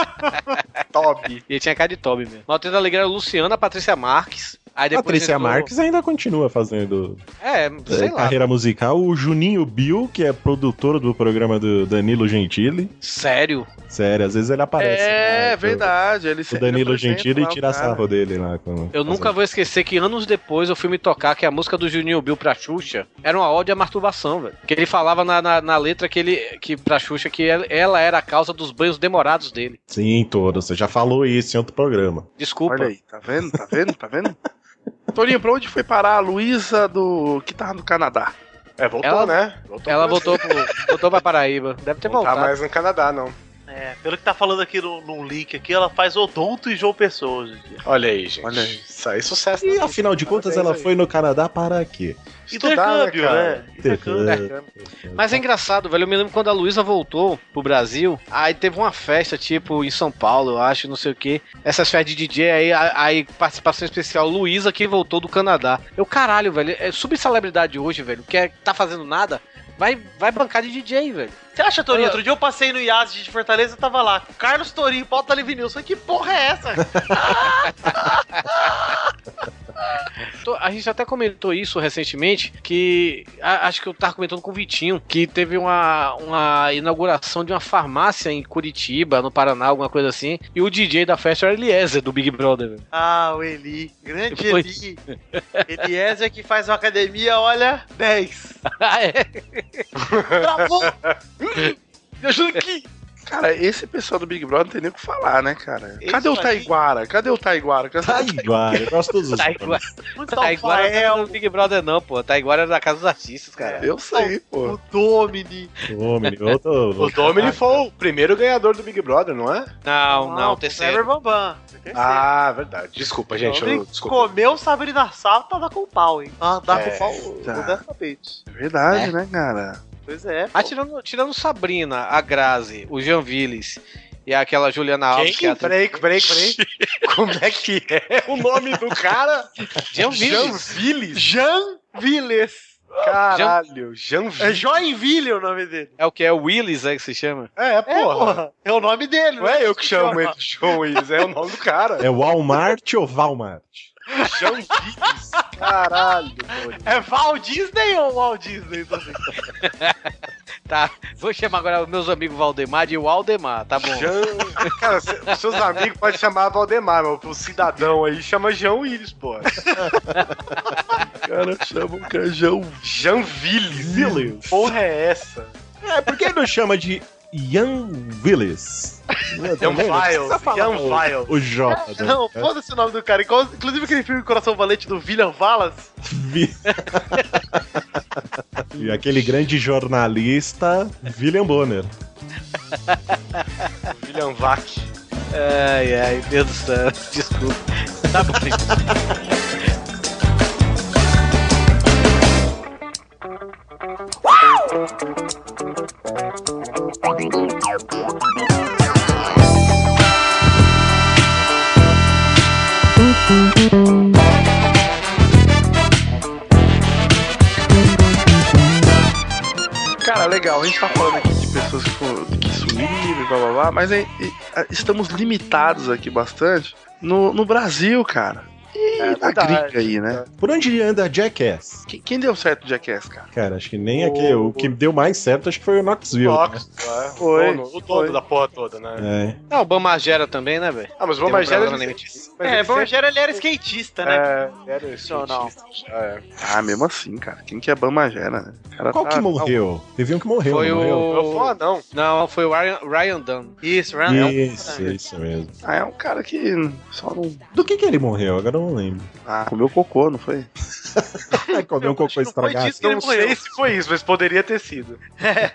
Speaker 4: Toby.
Speaker 6: E ele tinha cara de Toby mesmo. Mas o trem da alegria era Luciana, Patrícia Marques. Aí depois
Speaker 5: Patrícia
Speaker 6: entrou-
Speaker 5: Marques ainda continua fazendo
Speaker 6: É, sei
Speaker 5: eh,
Speaker 6: lá.
Speaker 5: carreira musical. O Juninho Bill, que é produtor do programa do Danilo Gentili.
Speaker 6: Sério?
Speaker 5: Sério, às vezes ele aparece. né?
Speaker 3: É, verdade. Ele
Speaker 5: O Danilo
Speaker 3: ele apresenta
Speaker 5: Gentili
Speaker 3: lá o
Speaker 5: tira
Speaker 3: cara.
Speaker 5: sarro dele lá. quando-
Speaker 3: Tá
Speaker 5: um-
Speaker 6: Eu nunca vou esquecer que anos depois eu fui me tocar que a música do Juninho Bill pra Xuxa era uma ódio à masturbação, velho. Que ele falava na, na, na letra que ele que pra Xuxa que ela- ela era a causa dos banhos demorados dele.
Speaker 5: Sim, todo. Você já falou isso em outro programa.
Speaker 6: Desculpa.
Speaker 3: Olha aí, tá vendo? Tá vendo? Tá vendo? Torinho, pra onde foi parar a Luísa do. que tava no Canadá?
Speaker 4: É, voltou,
Speaker 6: Ela-
Speaker 4: né?
Speaker 6: Ela voltou pro, voltou pra Paraíba. Deve ter
Speaker 4: Não tá
Speaker 6: voltado.
Speaker 4: mais no Canadá, não.
Speaker 1: É, pelo que tá falando aqui no, no link aqui, ela faz Odonto e João Pessoa hoje em dia.
Speaker 4: Olha aí, gente. Olha aí. Isso aí é sucesso.
Speaker 5: E afinal de contas, ela foi no Canadá para quê?
Speaker 4: Estudar, né, cara?
Speaker 5: Intercâmbio.
Speaker 6: Mas é engraçado, velho. Eu me lembro quando a Luísa voltou pro Brasil, aí teve uma festa, tipo, em São Paulo, eu acho, não sei o quê. Essas festas de DJ, aí, a- aí participação especial, Luísa que voltou do Canadá. Eu, caralho, velho, é subcelebridade hoje, velho. Quer tá fazendo nada? Vai, vai bancar de DJ, velho.
Speaker 1: Você acha, Torinho?
Speaker 6: Eu-
Speaker 1: Outro dia eu passei no Iaz de Fortaleza, tava lá. Carlos Torinho, pauta Live News. Falei, que porra é essa?
Speaker 6: Tô- A gente até comentou isso recentemente, que a- acho que eu tava comentando com o Vitinho, que teve uma, uma inauguração de uma farmácia em Curitiba, no Paraná, alguma coisa assim, e o DJ da festa era Eliezer, do Big Brother. velho.
Speaker 1: ah, o Eli. Grande
Speaker 6: Foi.
Speaker 1: Eli. Eliezer que faz uma academia, olha, 10.
Speaker 6: Ah, é?
Speaker 1: Travou! Deixa aqui!
Speaker 3: Cara, esse pessoal do Big Brother não tem nem o que falar, né, cara?
Speaker 1: Isso
Speaker 3: Cadê o
Speaker 1: aí.
Speaker 3: Taiguara? Cadê o Taiguara? Cadê
Speaker 4: Tá
Speaker 3: o
Speaker 5: Taiguara, eu gosto dos
Speaker 6: Taiguara.
Speaker 1: Muito
Speaker 6: Taiguara não era
Speaker 1: Rafael,
Speaker 6: do Big Brother, não, pô. Taiguara era da Casa dos Artistas, cara.
Speaker 3: Eu sei, pô.
Speaker 1: o Domini.
Speaker 5: Ô, menino, eu tô-
Speaker 4: O Domini foi o primeiro ganhador do Big Brother, não é?
Speaker 6: Não, não,
Speaker 1: o Kleber
Speaker 6: terceiro.
Speaker 1: Bambam. Terceiro.
Speaker 4: Ah, verdade. Desculpa, gente. Eu,
Speaker 1: Ele
Speaker 4: desculpa.
Speaker 1: comeu Sabrina Sato, tava com pau, hein? Ah, dá
Speaker 4: É,
Speaker 1: com pau
Speaker 3: tá.
Speaker 1: tá. dessa vez.
Speaker 3: Verdade,
Speaker 6: É.
Speaker 3: né, cara?
Speaker 1: Pois é.
Speaker 6: Ah, tirando, tirando Sabrina, a Grazi, o Jean Willis e aquela Juliana Alves, que é
Speaker 4: Quem?
Speaker 6: a atriz-
Speaker 4: Peraí, peraí, peraí. Como é que é o nome do cara?
Speaker 6: Jean
Speaker 4: Jean
Speaker 6: Willis.
Speaker 4: Villes?
Speaker 1: Jean Villes.
Speaker 4: Caralho, Jean
Speaker 1: É
Speaker 4: Villes.
Speaker 1: Joinville o nome dele.
Speaker 6: É o que? É o Willis, é que se chama?
Speaker 4: É,
Speaker 1: É,
Speaker 4: porra.
Speaker 1: porra. É o nome dele,
Speaker 4: Não é eu que chamo
Speaker 1: ele.
Speaker 4: ele de Jean Willis, é o nome do cara.
Speaker 5: É Walmart ou Walmart?
Speaker 4: Jean Villes. Caralho, mano.
Speaker 1: É Walt Disney ou Walt Disney? Tô assim.
Speaker 6: Tá, vou chamar agora os meus amigos Valdemar de Waldemar, tá bom?
Speaker 4: Jean... Cara, se- os seus amigos podem chamar Valdemar, mas o cidadão aí chama Jean Willis, porra.
Speaker 3: cara chama o canjão
Speaker 4: Janville. Porra é essa?
Speaker 5: É, por que ele não chama de Ian Willis?
Speaker 3: É um
Speaker 4: Ian Viles,
Speaker 1: é um
Speaker 4: Ian Viles.
Speaker 5: O Jota. né?
Speaker 1: Não, foda-se o nome do cara. Igual- Inclusive aquele filme Coração Valente do William Wallace.
Speaker 5: Vi- e aquele grande jornalista, William Bonner.
Speaker 4: William Vac.
Speaker 6: Ai, ai, Deus do céu. Desculpa. Tá bom, gente.
Speaker 3: Cara, legal, a gente tá falando aqui de pessoas que, foram- que sumiram, e blá blá blá, mas é- e- a- estamos limitados aqui bastante no, no Brasil, cara. E
Speaker 1: É
Speaker 3: na gringa aí, né?
Speaker 5: Por onde anda Jackass?
Speaker 3: Quem, quem deu certo o Jackass, cara?
Speaker 5: Cara, acho que nem aquele. O que deu mais certo acho que foi o Knoxville.
Speaker 4: Fox,
Speaker 5: né?
Speaker 4: é,
Speaker 3: Foi,
Speaker 4: o dono, o dono da porra toda, né?
Speaker 5: É.
Speaker 6: Ah, o Bamagera também, né, velho?
Speaker 4: Ah, mas o
Speaker 6: Tem um
Speaker 4: Bamagera,
Speaker 6: programa
Speaker 4: ele-
Speaker 6: na MTV.
Speaker 4: Mas ele
Speaker 1: É, bom,
Speaker 4: sempre-
Speaker 1: Rogério, ele era skatista, né?
Speaker 4: É, era
Speaker 1: Profissional.
Speaker 3: Ah, mesmo assim, cara. Quem que é Bamagera, né? O cara
Speaker 5: Qual
Speaker 3: tá-
Speaker 5: que
Speaker 3: tá-
Speaker 5: morreu? Teve um que morreu,
Speaker 6: Foi
Speaker 5: não
Speaker 4: é
Speaker 6: o.
Speaker 5: morreu?
Speaker 6: não. Não, foi o Ryan, Ryan Dunn.
Speaker 1: Isso,
Speaker 5: Isso, isso mesmo.
Speaker 3: Ah, é um cara que só não.
Speaker 5: Do que que ele morreu? Agora eu não lembro.
Speaker 3: Ah, comeu cocô, não foi?
Speaker 5: Comeu um cocô estragado.
Speaker 4: Não sei se foi isso, mas poderia ter sido.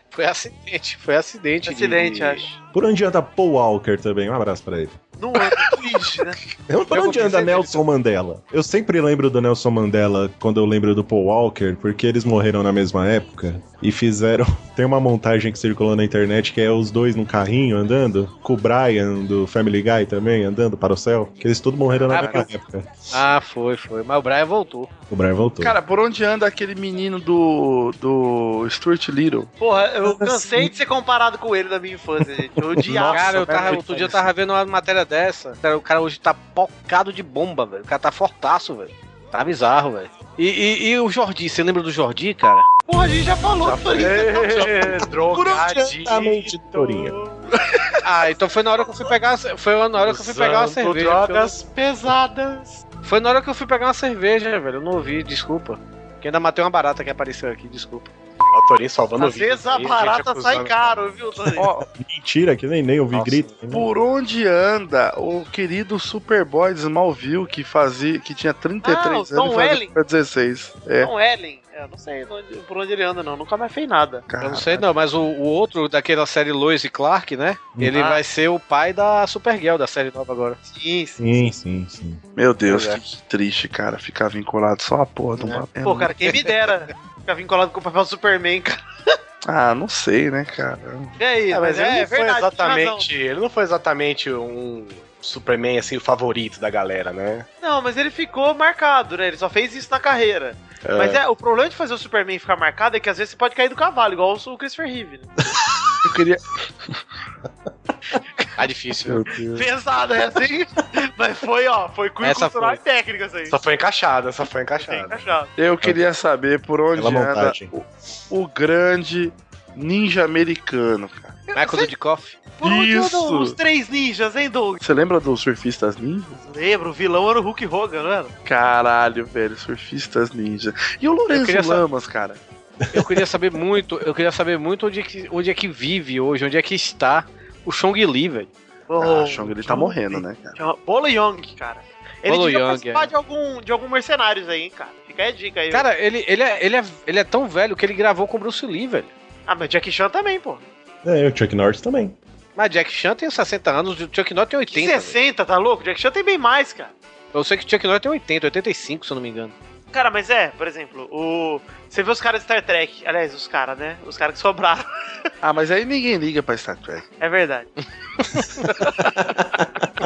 Speaker 6: Foi acidente, foi acidente.
Speaker 1: Acidente, acho.
Speaker 5: Por onde anda Paul Walker também? Um abraço pra ele.
Speaker 1: Não é triste, né?
Speaker 5: Eu- Por onde anda Nelson Mandela? Eu sempre lembro do Nelson Mandela quando eu lembro do Paul Walker, porque eles morreram na mesma época e fizeram. Tem uma montagem que circulou na internet que é os dois num carrinho andando, com o Brian do Family Guy também andando para o céu, que eles todos morreram na
Speaker 6: Ah,
Speaker 5: mesma
Speaker 6: mas-
Speaker 5: época.
Speaker 6: Ah, foi, foi. Mas o Brian voltou.
Speaker 5: O Brian voltou.
Speaker 3: Cara, por onde anda aquele menino do. do Stuart Little?
Speaker 1: Porra, eu cansei de ser comparado com ele na minha infância, gente. Eu odiava.
Speaker 6: cara, eu tava,
Speaker 1: velho.
Speaker 6: outro dia eu tava vendo uma matéria dessa. Cara, o cara hoje tá pocado de bomba, velho. O cara tá fortaço, velho. Tá bizarro, velho. E, e- e o Jordi, você lembra do Jordi, cara?
Speaker 1: Porra, a gente já falou sobre
Speaker 4: isso.
Speaker 5: Drogadito.
Speaker 6: Ah, então foi na hora que eu fui pegar. Foi na hora que eu fui pegar uma
Speaker 4: Usando
Speaker 6: cerveja.
Speaker 4: drogas
Speaker 6: porque
Speaker 1: pesadas.
Speaker 6: eu não- Foi na hora que eu fui pegar uma cerveja, velho. Eu não ouvi, desculpa. Que ainda matei uma barata que apareceu aqui, desculpa.
Speaker 4: O Torinho salvando
Speaker 6: Às
Speaker 4: vidas
Speaker 6: vezes a
Speaker 4: aí, gente
Speaker 6: barata
Speaker 4: acusando.
Speaker 6: sai
Speaker 1: caro, viu,
Speaker 3: Ó,
Speaker 5: Mentira, que nem, nem ouvi grito. né?
Speaker 3: Por onde anda o querido Superboy de Smallville que fazia, que tinha 33
Speaker 1: Ah, o Tom
Speaker 3: anos e fazia
Speaker 1: Welling.
Speaker 3: pra 16? É.
Speaker 1: Não, Ellen. Eu não sei onde- por onde ele anda, não. Nunca mais fez nada.
Speaker 6: Eu não sei não, mas o, o outro daquela série Lois e Clark, né? Ele
Speaker 1: Ah.
Speaker 6: vai ser o pai da Supergirl da série nova agora.
Speaker 1: Sim,
Speaker 5: Sim, sim, sim.
Speaker 3: Meu Deus,
Speaker 6: Pois é.
Speaker 3: que triste, cara, ficar vinculado só a porra de um
Speaker 4: É
Speaker 3: papel.
Speaker 1: Pô, cara, quem me dera ficar vinculado com o papel do Superman, cara.
Speaker 3: Ah, não sei, né, cara?
Speaker 1: E aí,
Speaker 4: É, mas
Speaker 1: mas
Speaker 4: ele,
Speaker 1: é,
Speaker 4: não foi
Speaker 1: verdade,
Speaker 4: exatamente, ele não foi exatamente um Superman assim, o favorito da galera, né?
Speaker 1: Não, mas ele ficou marcado, né? Ele só fez isso na carreira.
Speaker 4: É.
Speaker 1: Mas é, o problema de fazer o Superman ficar marcado é que às vezes você pode cair do cavalo, igual o Christopher Reeve. Né?
Speaker 3: Eu queria.
Speaker 6: Tá difícil.
Speaker 1: Pesado, é assim? mas foi, ó, foi cunho
Speaker 3: Essa
Speaker 1: cultural
Speaker 3: foi.
Speaker 1: e técnica isso aí.
Speaker 4: Só foi encaixada, só foi encaixada.
Speaker 1: Achado.
Speaker 3: Eu queria saber por onde
Speaker 4: Bela
Speaker 3: anda
Speaker 4: montagem.
Speaker 3: o, o grande ninja americano, cara.
Speaker 1: é
Speaker 6: Michael Dudikoff.
Speaker 1: Por onde
Speaker 3: Isso.
Speaker 1: andam os três ninjas, hein, Doug?
Speaker 3: Você lembra dos surfistas ninja?
Speaker 1: Lembro, o vilão era o Hulk Hogan, não era?
Speaker 3: Caralho, velho, surfistas ninja. E o Lourenço
Speaker 6: queria sa-
Speaker 3: Lamas, cara?
Speaker 6: Eu queria saber muito, eu queria saber muito onde é que, onde é que vive hoje, onde é que está o Chong Li, velho.
Speaker 1: Ah,
Speaker 6: Oh,
Speaker 3: o Chong Li tá morrendo, né, cara?
Speaker 1: Chama Bolo Young, cara. Ele
Speaker 6: Bolo
Speaker 1: devia
Speaker 6: Young,
Speaker 1: participar
Speaker 6: é.
Speaker 1: de algum, de algum mercenários aí, hein, cara. Fica aí a dica aí.
Speaker 6: Cara, ele, ele, é, ele, é, ele é tão velho que ele gravou com o Bruce Lee, velho.
Speaker 1: Ah, mas Jack Chan também, pô.
Speaker 5: É, o Chuck Norris também.
Speaker 6: Mas Jack Chan tem 60 anos, o Chuck Norris tem 80.
Speaker 1: Tem 60, tá louco? Jack Chan tem bem mais, cara.
Speaker 6: velho. Eu sei que o Chuck Norris tem 80, 85, se eu não me engano.
Speaker 1: Cara, mas é, por exemplo, o. Você vê os caras de Star Trek. Aliás, os caras, né? Os caras que sobraram.
Speaker 3: Ah, mas aí ninguém liga pra Star Trek.
Speaker 1: É verdade.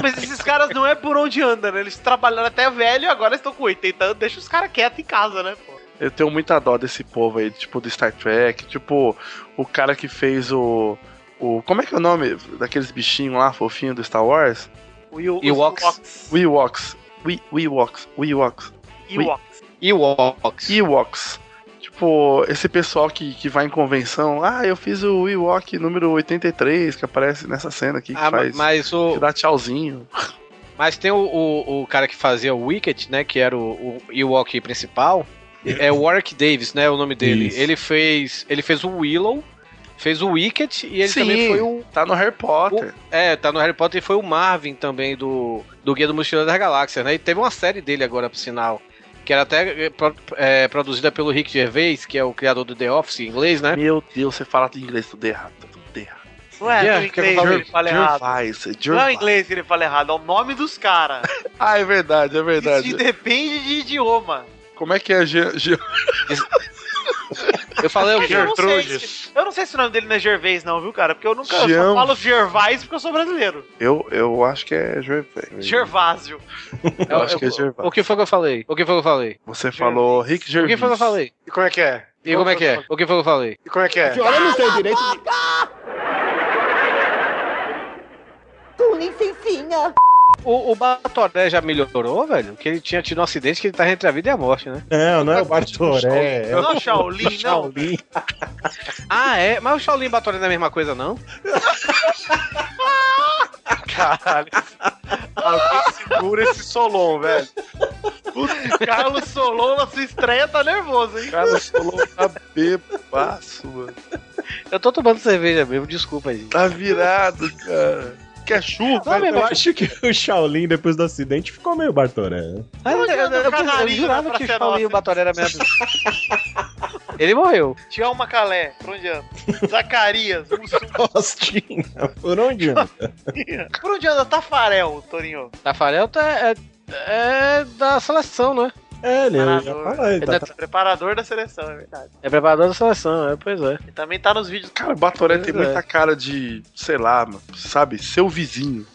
Speaker 1: mas esses caras não é por onde andam, né? Eles trabalharam até velho e agora estão com 80 anos. Deixa os caras quietos em casa, né, pô?
Speaker 3: Eu tenho muita dó desse povo aí, tipo, do Star Trek. Tipo, o cara que fez o. o como é que é o nome daqueles bichinhos lá, fofinho do Star Wars?
Speaker 1: O Ew- os Ewoks.
Speaker 3: Ewoks. Ewoks. We- Ewoks. Ewoks.
Speaker 1: Ewoks.
Speaker 6: Ewoks.
Speaker 3: Ewoks. Tipo, esse pessoal que, que vai em convenção. Ah, eu fiz o Ewok número 83, que aparece nessa cena aqui. Que
Speaker 6: Ah, ma-
Speaker 3: faz,
Speaker 6: mas o-
Speaker 3: Que dá tchauzinho.
Speaker 6: Mas tem o, o, o cara que fazia o Wicked, né? Que era o, o Ewok principal. É Warwick Davis, né? O nome dele.
Speaker 3: Isso.
Speaker 6: Ele fez. Ele fez o Willow, fez o Wicked e ele
Speaker 3: Sim,
Speaker 6: também foi o.
Speaker 3: Tá no Harry Potter.
Speaker 6: É, tá no Harry Potter e foi o Marvin também do, do Guia do Mochileiro das Galáxias, né? E teve uma série dele agora, por sinal. Que era até eh, pro- eh, produzida pelo Rick Gervais, que é o criador do The Office em inglês, né?
Speaker 3: Meu Deus, você fala inglês tudo errado, tudo errado.
Speaker 1: Ué, não é inglês que ele fala errado. Não é o
Speaker 3: errado.
Speaker 1: inglês que ele fala errado, é o nome dos caras.
Speaker 3: Ah, é verdade, é
Speaker 1: Isso
Speaker 3: verdade.
Speaker 1: depende de idioma.
Speaker 3: Como é que é Ge- Ge-
Speaker 6: Eu falei o
Speaker 3: É
Speaker 1: Mas eu não sei
Speaker 6: Gertrudes.
Speaker 1: se- Eu não sei se o nome dele não é Gervais, não, viu, cara? Porque eu nunca eu
Speaker 3: Jean-
Speaker 1: só falo Gervais porque eu sou brasileiro.
Speaker 3: Eu, eu acho que é Gervais.
Speaker 1: Gervásio.
Speaker 3: Eu acho que é Gervais.
Speaker 6: O que foi que eu falei? O que foi que eu falei?
Speaker 3: Você falou Rick
Speaker 6: O
Speaker 3: Gervais.
Speaker 6: que foi que eu falei?
Speaker 4: E como é que é?
Speaker 6: E como é que é? O que foi que eu falei?
Speaker 4: E como é que é?
Speaker 6: Olha,
Speaker 5: não tem direito
Speaker 16: Tu nem fifinha.
Speaker 6: O, o Batoré já melhorou, velho? Que ele tinha tido um acidente que ele tá entre a vida e a morte, né?
Speaker 5: Não, não é o Bartoré. é o-
Speaker 6: Não, Shaolin, não.
Speaker 5: Shaolin.
Speaker 6: Ah, é? Mas o Shaolin e o Batoré não é a mesma coisa, não?
Speaker 4: Caralho. Alguém segura esse Solon, velho.
Speaker 1: Carlos Solon na sua estreia tá nervoso, hein?
Speaker 3: Carlos Solon tá bebaço, mano.
Speaker 6: Eu tô tomando cerveja mesmo, desculpa, gente.
Speaker 3: Tá virado, cara. Quer é churro?
Speaker 5: Mas eu acho que o Shaolin, depois do acidente, ficou meio Bartoré. né?
Speaker 6: Mas eu, eu, eu, eu,
Speaker 1: canarinho
Speaker 6: jurava
Speaker 1: na
Speaker 6: que o
Speaker 1: Praça
Speaker 6: Shaolin e o
Speaker 1: Nossa.
Speaker 6: Batoré era a mesma Ele morreu.
Speaker 1: Tião Macalé, por onde anda? Zacarias, um Mussum.
Speaker 5: Costinha, por onde anda?
Speaker 1: Por onde anda Tafarel, Torinho?
Speaker 6: Tafarel tá, é, é da seleção, né?
Speaker 5: É, ele
Speaker 1: Parador.
Speaker 6: Ele tá-
Speaker 1: Preparador da seleção, é verdade.
Speaker 6: É preparador da seleção, é, pois é.
Speaker 1: E também tá nos vídeos.
Speaker 3: Cara, o Batoré tem
Speaker 6: É.
Speaker 3: muita cara de, sei lá, mano, sabe, seu vizinho.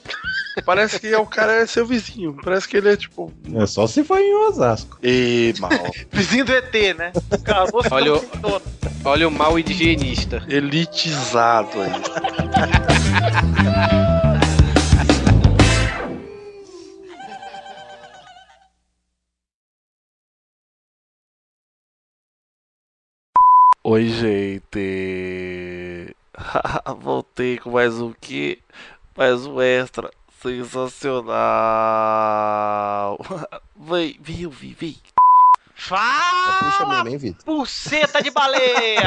Speaker 3: Parece que é o cara é seu vizinho. Parece que ele é tipo.
Speaker 5: É só se foi em Osasco.
Speaker 3: E mal.
Speaker 1: Vizinho do ET, né? um Caroço
Speaker 6: Olha o-
Speaker 1: do-
Speaker 6: Olha o mal higienista.
Speaker 3: Elitizado aí. Oi, gente. Voltei com mais um que? Mais um extra. Sensacional. Vem, vem, vem, vem.
Speaker 1: Fala,
Speaker 11: mesmo, hein, Vitor?
Speaker 1: Buceta de baleia!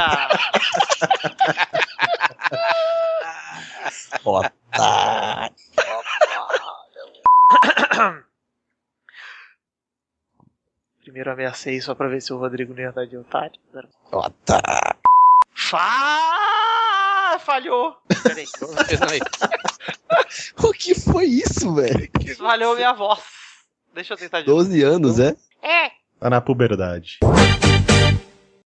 Speaker 11: Otário.
Speaker 1: Primeiro ameacei só pra ver se o Rodrigo não ia dar de otário.
Speaker 11: tá. Otário.
Speaker 1: Fá! Falhou! Peraí.
Speaker 11: O que foi isso, velho?
Speaker 1: Falhou minha voz. Deixa eu tentar de novo.
Speaker 11: 12 anos, é?
Speaker 1: É.
Speaker 5: Tá na puberdade.